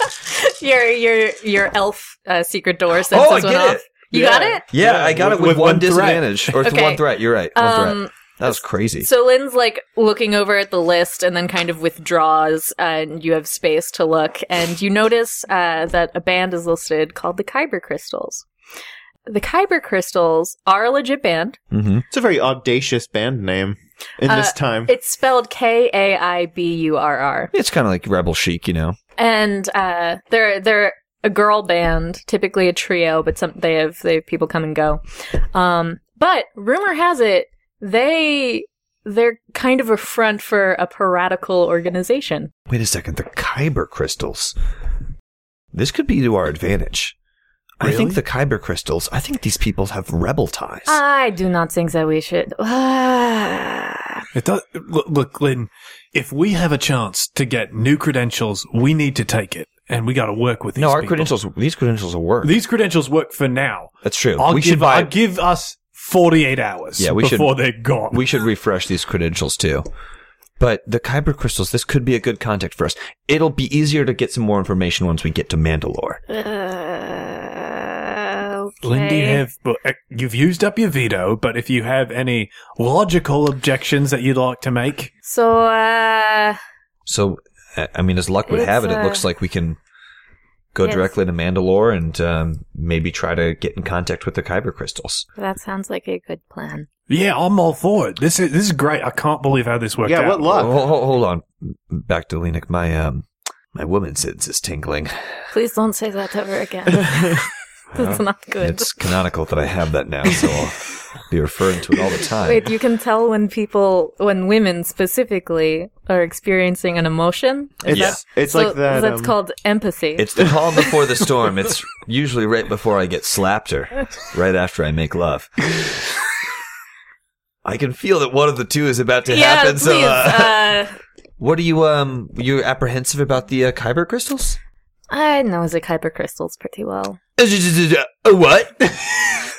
B: your your your elf uh, secret door sends
E: Oh, I
B: this one
E: get
B: off.
E: it.
B: You
C: Yeah.
B: got it.
E: Yeah,
C: Yeah,
E: I got
C: with-
E: it with,
C: with
E: one,
C: one threat.
E: disadvantage or th-
B: Okay.
E: one threat. You're right. One
B: Um,
E: threat. That was crazy.
B: So Lynn's like looking over at the list and then kind of withdraws, and you have space to look, and you notice uh, that a band is listed called the Kyber Crystals. The Kyber Crystals are a legit band.
D: <laughs>
E: mm-hmm.
D: It's a very audacious band name in
B: Uh,
D: this time.
B: It's spelled K A I B U R R,
E: It's kind of like rebel chic, you know.
B: and uh, they're they're a girl band, typically a trio, but some they have they have people come and go. Um, but rumor has it they they're kind of a front for a piratical organization.
E: Wait a second. The Kyber crystals. This could be to our advantage. I think the Kyber crystals. I think these people have rebel ties.
B: I do not think that we should. <sighs> Uh, yeah,
C: It does, look, look, Lynn, if we have a chance to get new credentials, we need to take it, and we got to work with these.
E: no, our
C: people.
E: credentials. These credentials will work.
C: These credentials work for now.
E: That's true.
C: I'll
E: we
C: give,
E: should buy.
C: I'll give us forty-eight hours.
E: Yeah, we should-
C: before they're gone.
E: we should refresh these credentials too. But the Kyber crystals. This could be a good contact for us. It'll be easier to get some more information once we get to Mandalore.
B: Okay.
C: Lindy, have but, uh, you've used up your veto, but if you have any logical objections that you'd like to make,
B: So, uh,
E: So, I I mean, as luck would have it,
B: It's,
E: it
B: uh,
E: looks like we can go
B: yes.
E: directly to Mandalore and um, maybe try to get in contact with the Kyber crystals.
B: that sounds like a good plan.
C: yeah, I'm all for it. This is this is great. I can't believe how this worked
D: yeah,
C: out.
D: what
E: Ho-
D: luck?
E: ho- ho- hold on, back to Lenik. My um, my woman sense is tingling.
B: Please don't say that ever
C: <laughs>
B: again. <laughs> That's not good.
E: It's canonical that I have that now, so
B: <laughs>
E: I'll be referring to it all the time.
B: Wait, you can tell when people, when women specifically, are experiencing an emotion.
D: It's,
E: Yeah.
D: it's
B: So
D: like that.
B: That's
D: um,
B: called empathy.
E: It's the calm before the storm. It's usually right before I get slapped or right after I make love.
B: <laughs>
E: I can feel that one of the two is about to
B: yeah,
E: happen.
B: please.
E: So, uh,
B: uh,
E: what are you um? You're apprehensive about the uh, kyber crystals?
B: <laughs> I know the Kuiper crystals pretty well.
E: Uh, what? <laughs>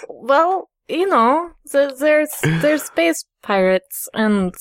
B: Well, you know, the, there's there's space pirates and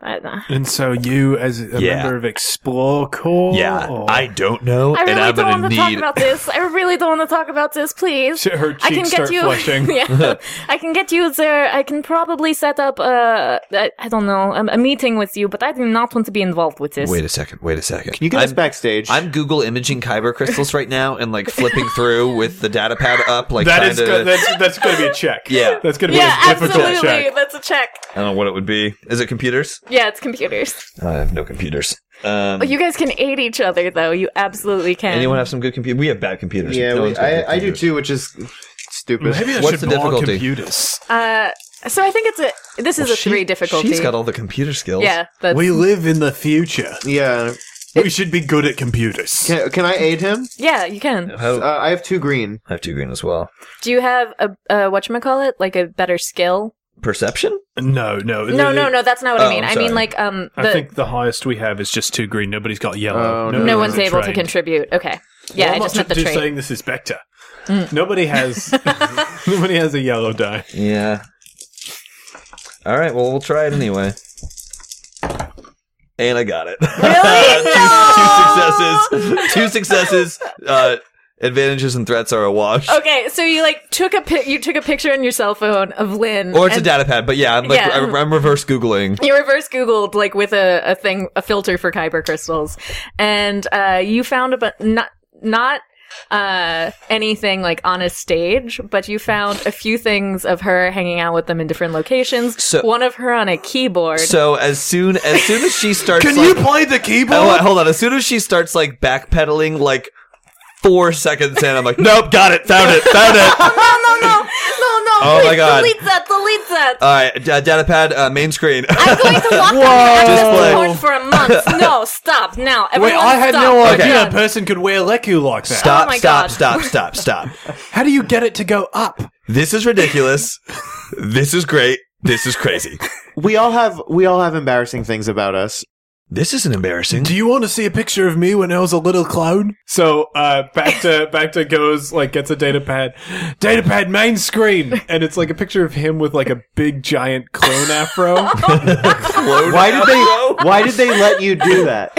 B: I, I
C: And so you, as a
E: Yeah.
C: member of Explore Corps,
E: Yeah,
C: or-
E: I don't know, and
B: Oh. really
E: I'm
B: don't
E: gonna
B: want to talk
E: need.
B: about this. I really don't want to talk about this. Please.
C: her cheeks
B: I can get
C: start
B: you. <laughs>
C: flushing. <laughs>
B: yeah, I can get you there. I can probably set up a I, I don't know a, a meeting with you, but I do not want to be involved with this.
E: Wait a second. Wait a second.
D: Can you get
E: I'm,
D: us backstage?
E: I'm Google imaging kyber crystals right now and like flipping through with the data pad up, like
C: That
E: trying
C: is
E: to.
C: go- that's that's going to be a check.
E: <laughs> Yeah.
C: that's going to be
B: yeah,
C: a difficult
B: absolutely.
C: check.
B: That's a check.
E: I don't know what it would be. Is it computers?
B: Yeah, it's computers.
E: I have no computers. Um,
B: Oh, you guys can aid each other, though. You absolutely can.
E: Anyone have some good computer? We have bad computers.
D: yeah,
E: No
D: we-
E: one's got good
D: I, I do
E: computers.
D: too, which is stupid.
C: Maybe I
E: What's
C: should
E: the
C: borrow
E: difficulty?
C: computers.
B: Uh, so I think it's a. This is a three difficulty.
E: She's got all the computer skills.
B: Yeah, that's.
C: We live in the future.
D: yeah.
C: We should be good at computers.
D: Can, can I aid him?
B: yeah, you can.
E: How-
D: Uh, I have two green.
E: I have two green as well.
B: Do you have a uh, what you call it? Like a better skill?
E: Perception?
C: No, no,
B: No, no, no. That's not what
E: Oh,
B: I mean.
E: I'm
B: I mean
E: sorry.
B: like um
C: I
B: the
C: think the highest we have is just two green. Nobody's got yellow.
D: Oh, no.
C: Nobody
B: no
D: Yeah,
B: one's
C: has
B: able to
C: trained.
B: contribute. Okay.
C: Well,
B: Yeah,
C: I'm
B: I just
C: not
B: meant the Mm.
C: ju- just
B: trait.
C: saying this is better. Nobody
B: <laughs>
C: has nobody has a yellow die.
E: Yeah. All right, well, we'll try it anyway. And I got it.
B: <laughs>
E: Really? <laughs> two, two successes. Two successes. Uh, advantages and threats are a wash.
B: Okay, so you like took a pi- you took a picture on your cell phone of Lynn,
E: Or it's a
B: and
E: data pad, but yeah, I'm like
B: Yeah.
E: I'm I'm reverse googling.
B: You reverse Googled like with a, a thing a filter for kyber crystals, and uh, you found a bu- not not uh anything like on a stage but you found a few things of her hanging out with them in different locations
E: So-
B: one of her on a keyboard <laughs>
E: So as soon as soon as she starts,
C: Can
E: like,
C: you play the keyboard?
E: Oh, wait, hold on. As soon as she starts like backpedaling, like four seconds in, I'm like, nope, got it, found it,
B: <laughs>
E: found it.
B: no no no no no
E: Oh my
B: please
E: God.
B: delete that delete that
C: <laughs>
E: All right, d- data pad, uh, main screen.
B: I'm going to lock down
E: Display.
B: access support for a month. No, stop now. Everyone
C: Wait, I had
B: stop.
C: no
B: We're
C: idea
B: done.
C: a person could wear Leku like that.
E: <laughs> Stop,
B: oh my
E: stop,
B: God.
E: stop, stop, stop.
C: How do you get it to go up?
E: This is ridiculous. This is great. This is crazy.
D: We all have we all have embarrassing things about us.
E: This isn't embarrassing.
C: Do you want to see a picture of me when I was a little clown? So uh, back to back to goes like gets a data pad, data pad main screen, and it's like a picture of him with like a big giant clone afro.
D: Why did they Why did they let you do
E: <laughs>
D: that?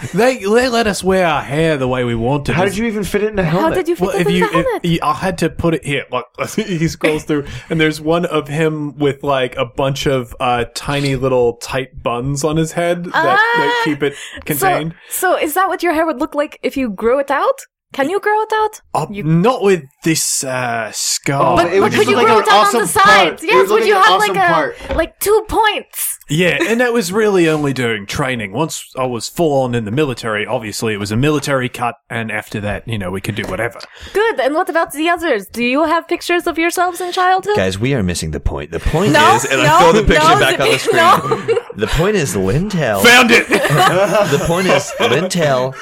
C: <laughs> they they let us wear our hair the way we wanted.
D: How did you even fit it in a
F: How
D: helmet?
F: did you fit
C: Well,
F: it
C: if
F: in
C: you,
F: the helmet?
C: if- I had to put it here. Look, <laughs> he scrolls through, and there's one of him with like a bunch of uh, tiny little tight buns on his head that, that
B: Ah!
C: keep it contained.
B: So, so is that what your hair would look like if you grew it out? Can you grow it out?
C: Uh, not with this uh, scar.
D: But-
C: It
D: but
C: would
D: just
B: could
C: be-
B: you
D: look like
B: grow
D: an
B: it out
D: awesome
B: on the sides?
D: part. It
B: Yes,
D: would look
B: would you
D: like an
B: have
D: awesome
B: like a
D: part.
B: like two points?
C: Yeah, and that was really only during training. Once I was full on in the military, obviously it was a military cut, and after that, you know, we could do whatever.
B: Good. And what about the others? Do you have pictures of yourselves in childhood?
E: Guys, we are missing the point. The point
B: No,
E: is, and I
B: no,
E: throw the picture
B: no,
E: back on the screen.
B: no.
E: The point is, Lintel.
C: Found it!
E: The point is, Lintel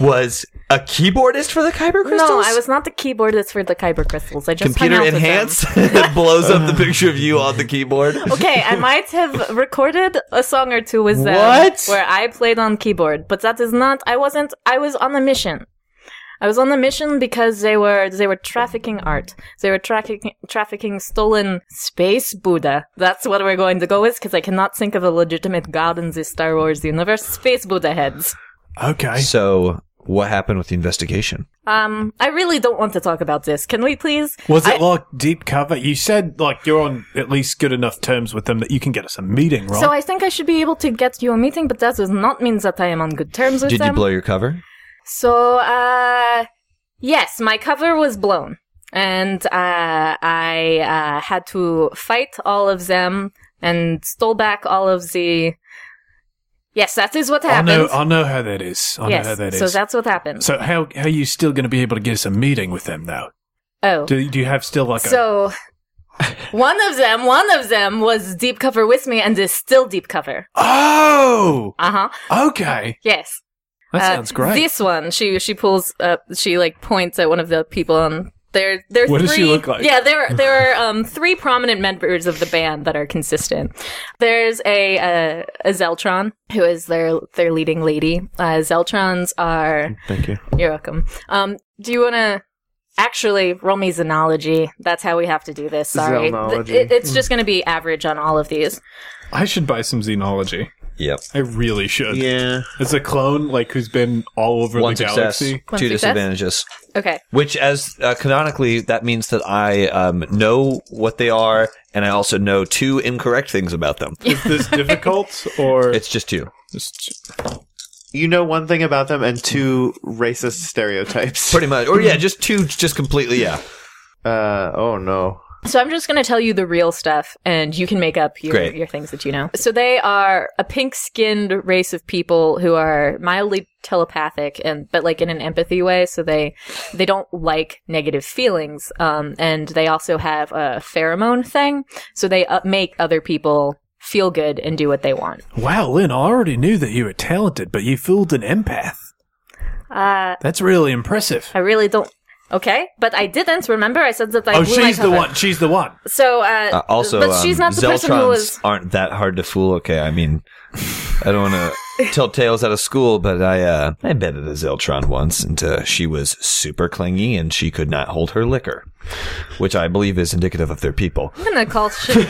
E: was a keyboardist for the Kyber crystals.
B: No, I was not the keyboardist for the Kyber crystals. I just hung
E: computer
B: out with them.
E: enhanced. <laughs> it blows up
C: Uh,
E: the picture of you on the keyboard.
B: <laughs> Okay,
E: <laughs>
B: I might have recorded a song or two with them
D: What?
B: where I played on keyboard, but that is not. I wasn't. I was on a mission. I was on a mission because they were they were trafficking art. They were trafficking trafficking stolen space Buddha. That's what we're going to go with because I cannot think of a legitimate god in this Star Wars universe. Space Buddha heads.
C: okay.
E: So What happened with the investigation?
B: Um, I really don't want to talk about this. Can we please?
C: Was
B: I-
C: it like deep cover? You said like you're on at least good enough terms with them that you can get us a meeting, right?
B: So I think I should be able to get you a meeting, but that does not mean that I am on good terms with
E: Did you
B: them.
E: blow your cover?
B: so, uh, yes, my cover was blown, and uh, I uh, had to fight all of them and stole back all of the. Yes, that is what
C: I
B: happened.
C: know, I know how that is. I
B: yes,
C: know how that is.
B: so that's what happened.
C: So how how are you still going to be able to get us a meeting with them though?
B: oh,
C: Do do you have still like a
B: so. one of them, one of them was deep cover with me, and is still deep cover.
C: Oh,
B: Uh huh.
C: okay.
B: Yes.
C: That
B: Uh,
C: sounds great.
B: This one, she she pulls up, she like points at one of the people, and there there are
C: What
B: three.
C: does she look like?
B: Yeah, there there are um three prominent members of the band that are consistent. There's a uh, a Zeltron who is their their leading lady. Uh, Zeltrons are
E: Thank you.
B: you're welcome. Um, do you want to? Actually, roll me Xenology. That's how we have to do this. Sorry.
D: Xenology.
B: Th- it- it's just going to be average on all of these.
C: I should buy some xenology.
E: Yep.
C: I really should.
D: Yeah.
C: As a clone, like who's been all over
E: One
C: the
E: success,
C: galaxy.
B: One
E: two
B: success?
E: disadvantages.
B: Okay.
E: Which, as uh, canonically, that means that I um, know what they are, and I also know two incorrect things about them.
C: Is
F: <laughs>
C: this difficult or
E: It's just two,
C: just
D: You know one thing about them and two racist stereotypes.
E: pretty much, or yeah,
B: Mm-hmm.
E: just two, just completely, yeah.
D: Uh, oh no.
B: So I'm just going to tell you the real stuff, and you can make up your,
E: Great.
B: your things that you know. So they are a pink-skinned race of people who are mildly telepathic, and but like in an empathy way. So they they don't like negative feelings, um, and they also have a pheromone thing. So they uh, make other people feel good and do what they want.
C: Wow, Lynn, I already knew that you were talented, but you fooled an empath.
B: Uh,
C: That's really impressive.
B: I really don't. Okay, but I didn't remember. I said that I
C: oh,
B: blew my
C: she's the
B: cover.
C: one. She's the one.
B: So uh,
E: Uh, also,
B: but she's
E: um,
B: not the person who
E: Zeltrons
B: was.
E: aren't that hard to fool. Okay, I mean, I
B: <laughs>
E: don't want to tell tales out of school, but I uh, I embedded a Zeltron once, and uh, she was super clingy, and she could not hold her liquor, which I believe is indicative of their people.
B: I'm gonna call shit.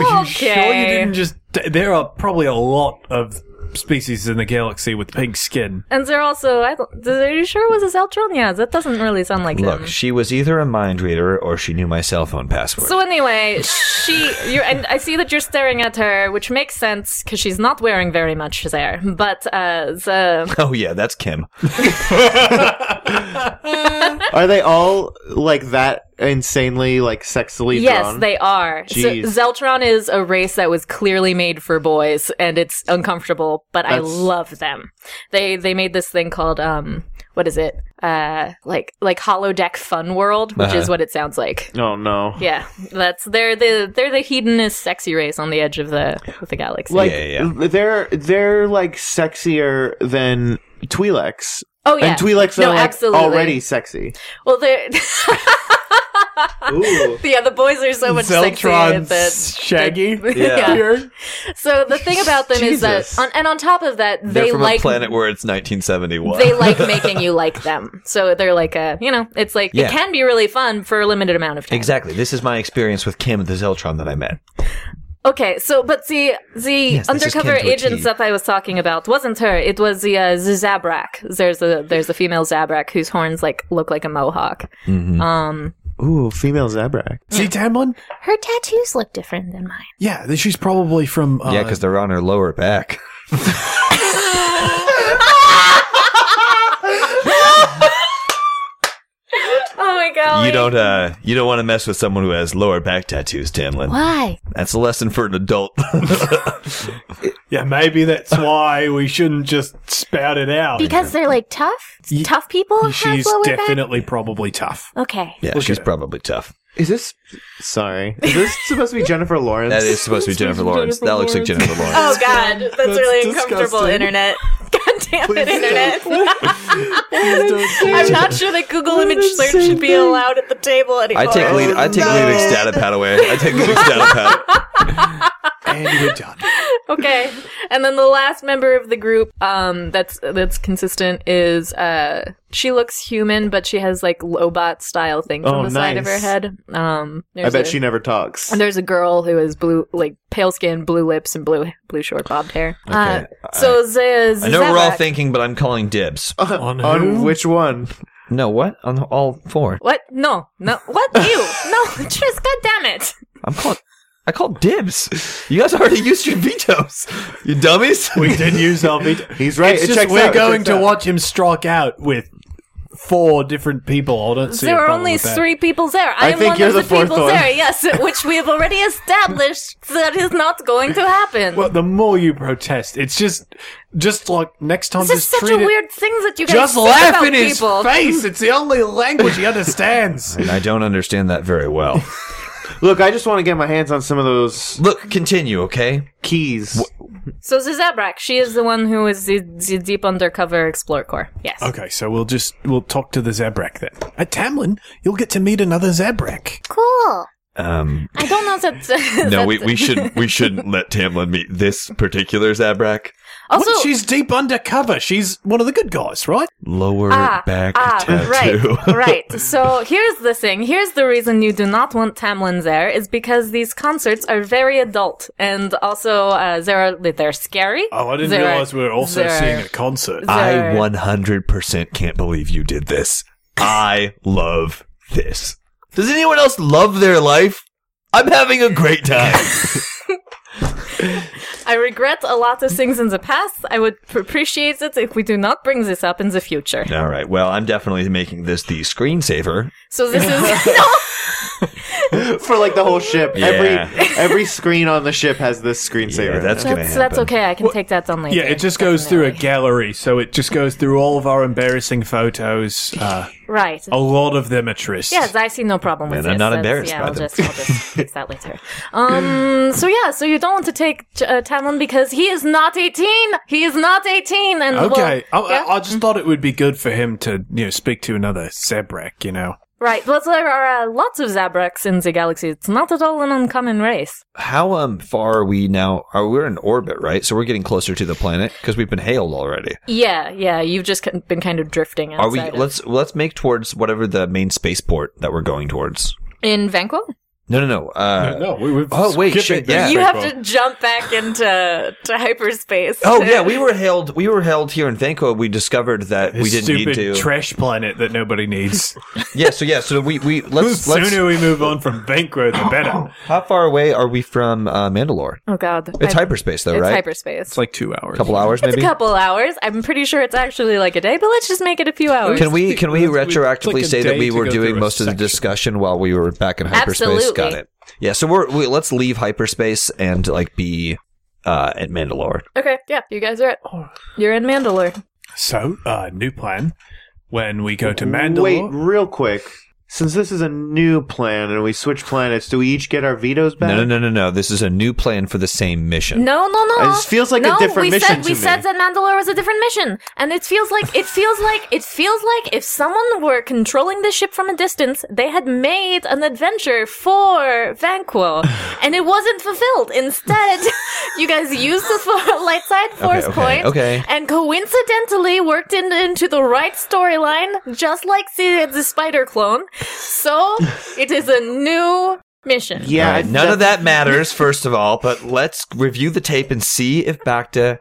B: okay.
C: Sure, you didn't just. There are probably a lot of species in the galaxy with pink skin.
B: And they're also. I don't, are you sure it was a Zeltron? Yeah, that doesn't really sound like
E: Look,
B: him.
E: she was either a mind reader or she knew my cell phone password.
B: So anyway, she. You're, and I see that you're staring at her, which makes sense because she's not wearing very much there. But uh, the
E: <laughs> oh yeah, that's Kim.
D: Are they all like that insanely like sexily
B: yes,
D: drawn?
B: they are. So
D: Jeez.
B: Zeltron is a race that was clearly made for boys, and it's uncomfortable. But I
D: That's-
B: love them. They they made this thing called um. What is it? Uh, like like holodeck fun world, which is
E: Uh-huh.
B: what it sounds like.
D: Oh no.
B: Yeah, that's they're the they're the hedonist sexy race on the edge of the of the galaxy.
D: Like
E: Yeah, yeah,
D: they're they're like sexier than Twi'leks.
B: oh yeah,
D: And Twi'leks
B: No,
D: are like
B: absolutely.
D: already sexy.
B: well they're <laughs>
D: Ooh.
B: yeah the boys are so much sexier
C: Zeltron's
B: that
C: shaggy.
B: <laughs>
D: <laughs>
B: Yeah. So the thing about them is that,
D: Jesus.
B: on, and on top of that,
E: They're
B: they
E: from
B: like
E: a planet where it's 1971. <laughs>
B: they like making you like them. So they're like a you know it's like
E: Yeah.
B: it can be really fun for a limited amount of time.
E: exactly. This is my experience with Kim, the Zeltron that I met.
B: Okay, so but the the
E: Yes, this is
B: undercover
E: kin to a
B: agents
E: T.
B: that I was talking about wasn't her. It was the uh, the Zabrak. There's a there's a female Zabrak whose horns like look like a mohawk. Um,
D: Ooh, female Zabrak.
C: See, Tamlin?
F: Her tattoos look different than mine.
C: Yeah, th- she's probably from. Uh,
E: yeah, because they're on her lower back.
B: oh my god!
E: You don't uh you don't want to mess with someone who has lower back tattoos, Tamlin.
F: Why?
E: That's a lesson for an adult.
C: yeah, maybe that's why we shouldn't just spout it out.
F: Because they're like tough?
C: Ye-
F: tough people have
C: she's
F: lower back?
C: definitely probably tough.
F: Okay.
E: <laughs> yeah, she's probably tough.
D: Is this sorry? Is this supposed to
B: <laughs>
D: be Jennifer Lawrence?
E: That is supposed to be Jennifer Lawrence. that looks like Jennifer Lawrence.
B: Oh god,
E: <laughs>
B: that's, really uncomfortable.
D: disgusting.
B: Internet, <laughs> god damn it,
E: <laughs>
B: internet! I'm
D: I'm
B: not sure that Google image search should be allowed at the table anymore. <laughs>
E: I take lead. I take lead Statipad away. I take lead Statipad.
C: and we're done.
B: okay. And then the last member of the group um that's that's consistent is uh she looks human but she has like lobot style things
D: Oh,
B: on the side of her
D: nice.
B: head. Um
D: I
B: there's
D: bet
B: a-
D: she never talks.
B: and there's a girl who has blue like pale skin, blue lips and blue blue short bobbed hair. Uh,
E: Okay.
B: so Z-
E: I know we're all
B: Zevrak-
E: thinking, but I'm calling dibs.
C: <laughs> On,
D: On
C: who?
D: which one?
E: Oh. No, what? On all four.
B: What? No. No. What
D: <laughs>
B: you? no, Tris, god damn it.
E: I'm calling. I called dibs. You guys already used your vetoes. You dummies.
C: We did use our veto.
D: He's right.
C: It's
D: it
C: just
D: checks
C: we're
D: out, it
C: going
D: checks
C: to
D: out.
C: watch him strike out with four different people. I don't see. a
B: there are
C: problem
B: only
C: with that.
B: three people there. I,
D: I
B: am
D: think
B: one
D: you're
B: of
D: the
B: the,
D: fourth
B: people
D: one.
B: there, yes, which we have
D: <laughs>
B: already established that is not going to happen.
C: Well, the more you protest, it's just, just like next time,
B: this is
C: just
B: such a
C: treat it.
B: weird thing that you guys
C: Just
B: say
C: laugh
B: about
C: in his
B: people. <laughs>
C: face. It's the only language he understands. <laughs>
E: And <laughs> I don't understand that very well.
D: Look, I just want to get my hands on some of those
E: Look, continue, okay?
D: keys.
B: So Zizabrak, she is the one who is the, the deep undercover explorer corps. Yes.
C: Okay, so we'll just we'll talk to the Zabrak then. At Tamlin, you'll get to meet another Zabrak.
F: Cool.
B: <laughs>
E: Um,
B: I don't know that. <laughs>
E: no,
B: that-
E: we, we
B: <laughs>
E: should we shouldn't let Tamlin meet this particular Zabrak.
B: Also,
C: what? She's deep undercover. She's one of the good guys, right?
E: Lower back tattoo.
B: ah,
E: <laughs>
B: right, right. So here's the thing. Here's the reason you do not want Tamlin there is because these concerts are very adult, and also uh, they're they're scary.
C: Oh,
B: They're- they're-
C: concert.
E: I
B: They're-
E: 100% can't believe you did this. I love this. Does anyone else love their life? I'm having a great time.
B: <laughs> I regret a lot of things in the past. I would p- appreciate it if we do not bring this up in the future.
E: All right. Well, I'm definitely making this the screensaver.
B: So this
E: <laughs>
B: is <laughs> no.
D: <laughs> for like the whole ship.
E: Yeah.
D: Every every screen on the ship has this screensaver.
E: Yeah, that's gonna
B: That's,
E: happen.
B: that's okay. I can take that down later.
C: Yeah, it just goes through a gallery, so it just goes through all of our embarrassing photos. Uh,
B: right.
C: a lot of them are Trist.
B: Yes, I see no problem with
E: Man,
B: this.
E: I'm not
B: That's-
E: embarrassed
B: yeah,
E: by
B: I'll
E: them.
B: Just, I'll
E: <laughs>
B: just fix that later. Um, so yeah, so you don't want to take uh, Tamlin because he is not 18. He is not 18. And well,
C: Okay, I,
B: yeah? Mm-hmm.
C: I, I just thought it would be good for him to, you know, speak to another Zabrak. You know,
B: right. But there are uh, lots of Zabraks in the galaxy. It's not at all an uncommon race.
E: How um far are we now? Are we're in orbit, right? So we're getting closer to the planet because we've been hailed already.
B: Yeah, yeah. You've just kin- been kind of drifting. Outside
E: Are we?
B: of-
E: Let's let's make towards whatever the main spaceport that we're going towards.
B: in Vanquil?
E: No, no, no. Uh,
C: we were.
E: Oh, wait, skipping shit, yeah. things.
B: you have to jump back into to hyperspace.
E: Oh
B: to-
E: yeah, we were hailed. We were hailed here in Vanco. We discovered that we didn't
C: stupid
E: need to.
C: trash planet that nobody needs.
E: yeah, so yeah, so we we
C: the
E: <laughs> let's let's.
C: sooner we move on from Bankro, the
E: <coughs>
C: better.
E: How far away are we from uh, Mandalore?
B: Oh god.
E: It's
B: I-
E: hyperspace though,
B: It's
E: right?
B: hyperspace.
C: It's like two hours.
E: couple hours
B: It's
E: maybe.
B: a couple hours. I'm pretty sure it's actually like a day, but let's just make it a few hours.
E: Can we can we
C: It's like a
E: retroactively say that
C: day
E: we
C: to
E: were
C: go
E: doing
C: through a
E: most of the
C: section.
E: discussion while we were back in hyperspace?
B: Absolutely.
E: Got it. Yeah, so we're we, let's leave hyperspace and like be uh, at Mandalore.
B: okay, yeah, you guys are it.
E: Oh.
B: You're in Mandalore.
C: So, uh, new plan. When we go to
D: Wait,
C: Mandalore,
D: real quick. Since this is a new plan and we switch planets, do we each get our vetoes back?
E: No, no, no, no, no. This is a new plan for the same mission.
B: No, no, no.
D: It feels like a
B: no,
D: different
B: we
D: mission
B: said
D: to
B: we
D: me.
B: said that Mandalore was a different mission, and it feels like it feels like it feels like if someone were controlling the ship from a distance, they had made an adventure for
D: <sighs>
B: Vanquo, and it wasn't fulfilled. Instead, <laughs> you guys used the for- light side force
E: okay,
B: point,
E: okay.
B: and coincidentally worked in, into the right storyline, just like the the spider clone. So it is a new
D: <laughs>
B: mission.
D: Yeah,
E: All right,
D: I-
E: none of that matters, first of all, but let's review the tape and see if Bacta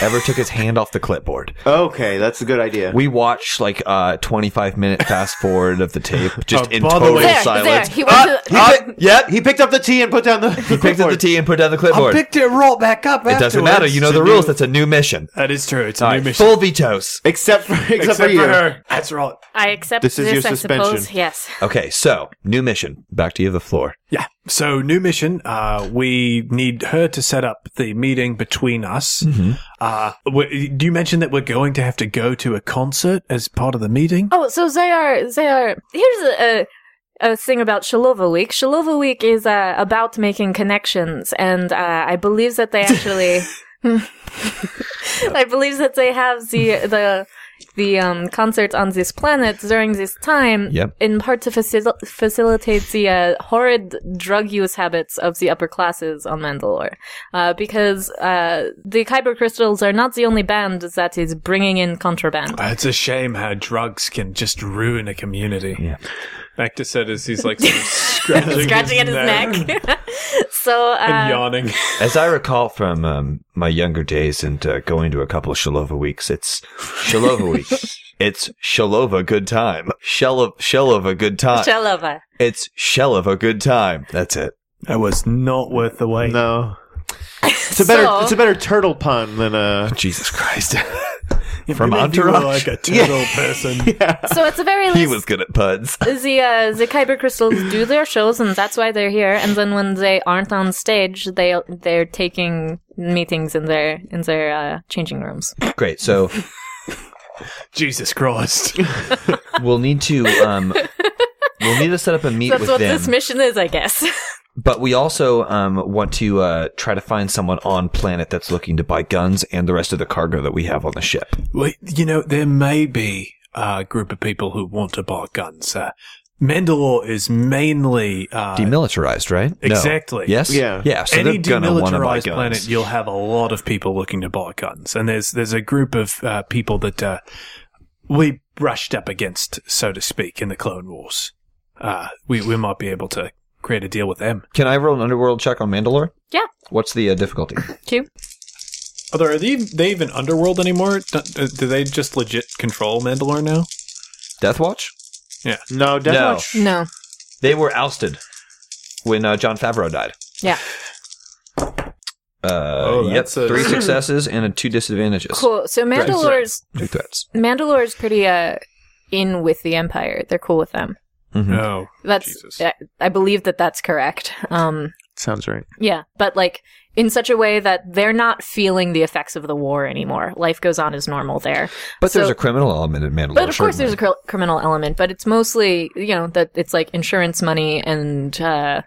E: ever took his hand off the clipboard.
D: Okay, that's a good idea.
E: We watch like a 25 minute fast forward of the tape just
C: Oh,
E: in
C: by the
E: total
C: way-
B: There,
E: silence.
B: there. He Uh, went to the-
E: Ah, yep,
D: Uh, he picked up the tea and put down the.
E: <laughs>
D: He
E: picked up the T and put down the clipboard.
C: it roll back up.
E: It doesn't matter. You know the rules. That's a new mission.
C: That is true. It's a
E: All
C: new
E: right,
C: mission.
E: Full vetoes.
D: Except for except, for, you.
C: her. That's right.
B: I accept
D: This
B: this.
D: is your
B: I suppose.
D: suspension.
B: Yes.
E: Okay, so new mission. Back to you, the floor.
C: Yeah. So, new mission. Uh, we need her to set up the meeting between us. Uh, we- do you mention that we're going to have to go to a concert as part of the meeting?
B: Oh, so they are they are. Here's a a, a thing about Shalova Week. Shalova Week is uh, about making connections, and uh, I believe that they actually. <laughs> I believe that they have the the the um, concert on this planet during this time
E: Yep.
B: in part to facil- facilitate the uh, horrid drug use habits of the upper classes on Mandalore. Uh, because uh, the Kyber Crystals are not the only band that is bringing in contraband.
C: Oh, It's a shame how drugs can just ruin a community.
E: Yeah.
C: Back to said as he's like sort of <laughs> scratching,
B: Scratching at his neck. <laughs> so,
C: and
B: uh,
C: yawning.
E: As I recall from um, my younger days and uh, going to a couple of Shalova weeks, it's Shalova week. <laughs> It's Shalova good time. Shell of shell of a good time.
B: Shalova.
E: it's shell of a good time. That's it.
C: That was not worth the wait.
D: No. It's a better
B: So-
D: it's a better turtle pun than uh, a
E: Jesus Christ. <laughs>
C: You
E: From
C: really do
E: Entourage.
C: like a <laughs> turtle person.
B: So, at the very least,
E: he was good at puns.
B: the uh, the Kyber crystals do their shows, and that's why they're here. And then when they aren't on stage, they they're taking meetings in their in their uh, changing rooms.
E: Great. So
C: Jesus Christ.
E: we'll need to um, we'll need to set up a meet
B: That's
E: with
B: what
E: them.
B: this mission is, I guess. <laughs>
E: But we also um, want to uh, try to find someone on planet that's looking to buy guns and the rest of the cargo that we have on the ship.
C: Wait, you know, there may be a group of people who want to buy guns. Uh, Mandalore is mainly uh,
E: Demilitarized, right? No.
C: Exactly.
E: Yes.
D: Yeah.
E: Yeah. So
C: any
E: they're gonna uh, want to buy
C: demilitarized
E: guns.
C: planet. You'll have a lot of people looking to buy guns, and there's there's a group of uh, people that uh, we brushed up against, so to speak, in the Clone Wars. Uh, we we might be able to create a deal with them.
E: Can I roll an underworld check on Mandalore?
B: Yeah.
E: What's the uh, difficulty?
B: Two.
C: Although are they they even underworld anymore? Do, do they just legit control Mandalore now?
E: Death Watch?
D: no death
E: No.
D: watch.
B: No.
E: They were ousted when uh, John Favreau died.
B: Yeah.
E: Uh,
C: Oh,
E: yep.
C: that's a-
B: <clears throat>
E: Three successes and uh, two disadvantages.
B: Cool. So Mandalore's
E: Two threats.
B: Mandalore's pretty uh in with the Empire. They're cool with them.
E: Mhm.
C: No. Jesus.
B: That's I, I believe that that's correct. Um.
D: Sounds right.
B: Yeah, but like in such a way that they're not feeling the effects of the war anymore. Life goes on as normal there.
E: But there's
B: So-
E: a criminal element in Mandalore.
B: But of course, there's
E: certainly.
B: a cr- criminal element, but it's mostly you know that it's like insurance money and uh,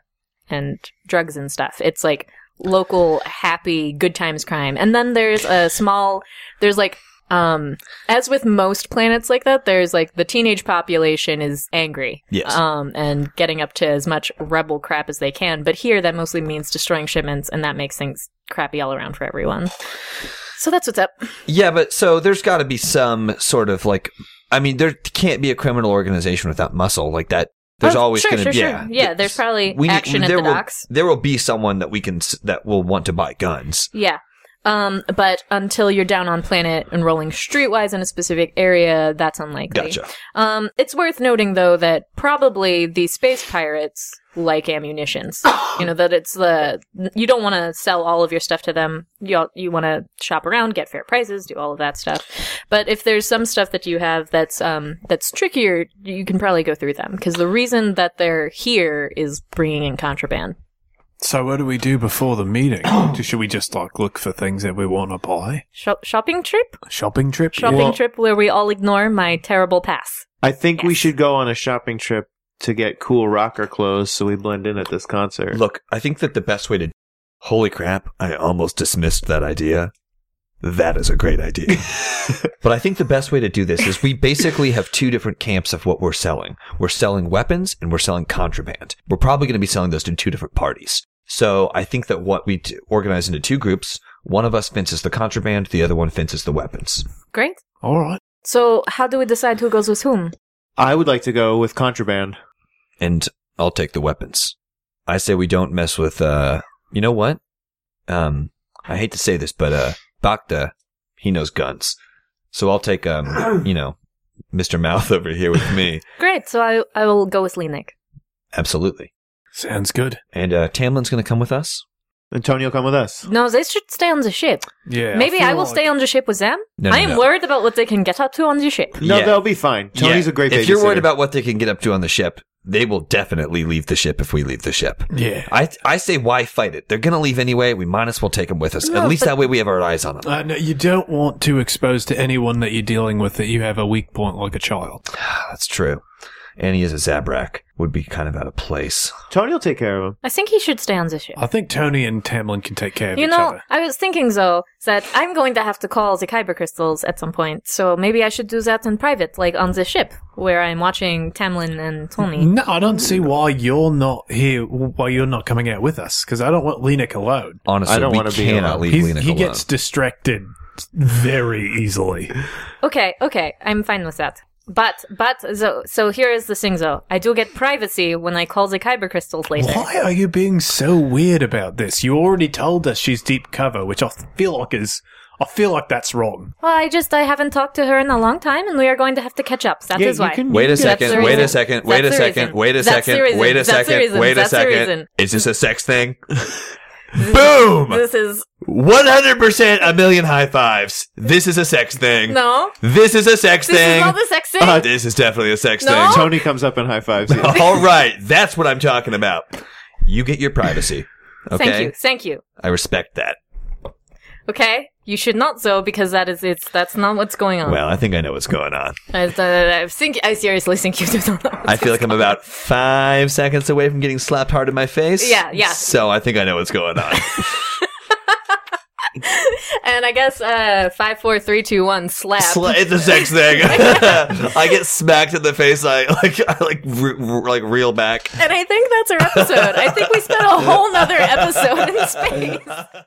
B: and drugs and stuff. It's like local happy good times crime, and then there's a small there's like um as with most planets like that there's like the teenage population is angry
E: Yes.
B: um and getting up to as much rebel crap as they can but here that mostly means destroying shipments and that makes things crappy all around for everyone so that's what's up
E: Yeah, but so there's got to be some sort of like. I mean, there can't be a criminal organization without muscle like that. There's
B: Oh,
E: always
B: sure,
E: going
B: sure,
E: to be
B: sure.
E: yeah.
B: Yeah, there's probably action at
E: there
B: the
E: will,
B: docks.
E: There will be someone that we can s- that will want to buy guns.
B: Yeah. Um, but until you're down on planet and rolling streetwise in a specific area, that's unlikely.
E: Gotcha.
B: Um, it's worth noting though that probably the space pirates like ammunitions. you know that it's the you don't want to sell all of your stuff to them. You you want to shop around, get fair prices, do all of that stuff. But if there's some stuff that you have that's um that's trickier, you can probably go through them because the reason that they're here is bringing in contraband.
C: So what do we do before the
B: <clears throat>
C: meeting? Do- Should we just like look for things that we want to buy?
B: Shop- shopping trip.
C: A shopping trip?
B: shopping
D: Well-
B: trip where we all ignore my terrible past.
D: I think we
B: Yes.
D: should go on a shopping trip to get cool rocker clothes so we blend in at this concert.
E: Look, I think that the best way to. Holy crap! I almost dismissed that idea. That is a great idea. but I think the best way to do this is we basically have two different camps of what we're selling. We're selling weapons and we're selling contraband. We're probably going to be selling those to two different parties. So I think that what we t- organize into two groups, one of us fences the contraband, the other one fences the weapons.
B: Great.
C: All right.
B: So, how do we decide who goes with whom?
D: I would like to go with contraband.
E: And I'll take the weapons. I say we don't mess with, uh, you know what? Um, I hate to say this, but, uh, Bakta, he knows guns. So I'll take,
D: <clears throat>
E: um, you know, Mr. Mouth <laughs> over here with me.
B: Great. So, I, I will go with Lenik.
E: Absolutely.
C: Sounds good.
E: And uh, Tamlin's going to come with us.
D: Antonio, come with us.
B: No, they should stay on the ship.
C: Yeah.
B: Maybe
C: feel
B: I will
C: like-
B: stay on the ship with them.
E: No,
B: I
E: no,
B: am
E: no.
B: worried about what they can get up to on the ship.
D: No,
E: Yeah.
D: they'll be fine. Tony's a great
E: If you're worried
D: babysitter.
E: about what they can get up to on the ship, they will definitely leave the ship if we leave the ship.
C: Yeah.
E: I I say why fight it? They're going to leave anyway. We might as well take them with us. At least that way we have our eyes on them.
C: Uh, no, you don't want to expose to anyone that you're dealing with that you have a weak point like a child.
E: That's true. and he is a Zabrak, would be kind of out of place.
D: Tony will take care of him.
B: I think he should stay on this ship.
C: I think Tony and Tamlin can take care of
B: You
C: each
B: know,
C: other.
B: I was thinking though that I'm going to have to call the Kyber crystals at some point, so maybe I should do that in private, like on the ship where I'm watching Tamlin and Tony.
C: No, I don't see why you're not here. Why you're not coming out with us? Because I don't want Lenik alone.
E: Honestly,
D: I don't
E: we
D: wanna be
E: cannot
D: alone.
E: leave
C: He's-
E: Lenik
C: he
E: alone.
C: gets distracted very easily.
B: Okay, okay, I'm fine with that. But but so so here is the thing though. I do get privacy when I call the Kyber crystals later.
C: Why are you being so weird about this? You already told us she's deep cover, which I feel like is. I feel like that's wrong.
B: Well, I just I haven't talked to her in a long time, and we are going to have to catch up. That is
D: Yeah, you
B: why.
D: can-
E: Wait a
D: That's
B: the
E: second. Wait
B: reason.
E: a second. Wait a
B: That's the
E: second.
B: reason.
E: Wait a
B: That's the
E: second.
B: reason.
E: Wait a
B: That's the
E: second.
B: reason.
E: Wait a
B: That's the
E: second.
B: reason.
E: Is this a
D: <laughs>
E: sex thing? <laughs> Boom!
B: This is
E: 100% a million high fives. This is a sex thing.
B: no.
E: This is a sex
B: This
E: thing.
B: is all the sex thing.
E: Uh, this is definitely a sex
B: No. <laughs>
E: thing.
D: Tony comes up and high fives you.
E: All right. That's what I'm talking about. You get your privacy. Okay?
B: Thank you, thank you.
E: I respect that.
B: Okay, you should not though because that is it's that's not what's going on.
E: Well, I think I know what's going on.
B: I, uh, I, I think I seriously think you do not know.
E: I feel like I'm about five seconds away from getting slapped hard in my face.
B: Yeah, yeah.
E: So I think I know what's
B: <laughs>
E: going on.
B: And I guess uh, five, four, three, two, one, slap.
E: Sla- it's a
B: <laughs>
E: sex thing. <laughs> I get smacked in the face. I like, I like, re- re- like reel back. <laughs>
B: and I think that's our episode. I think we spent a whole nother episode in space.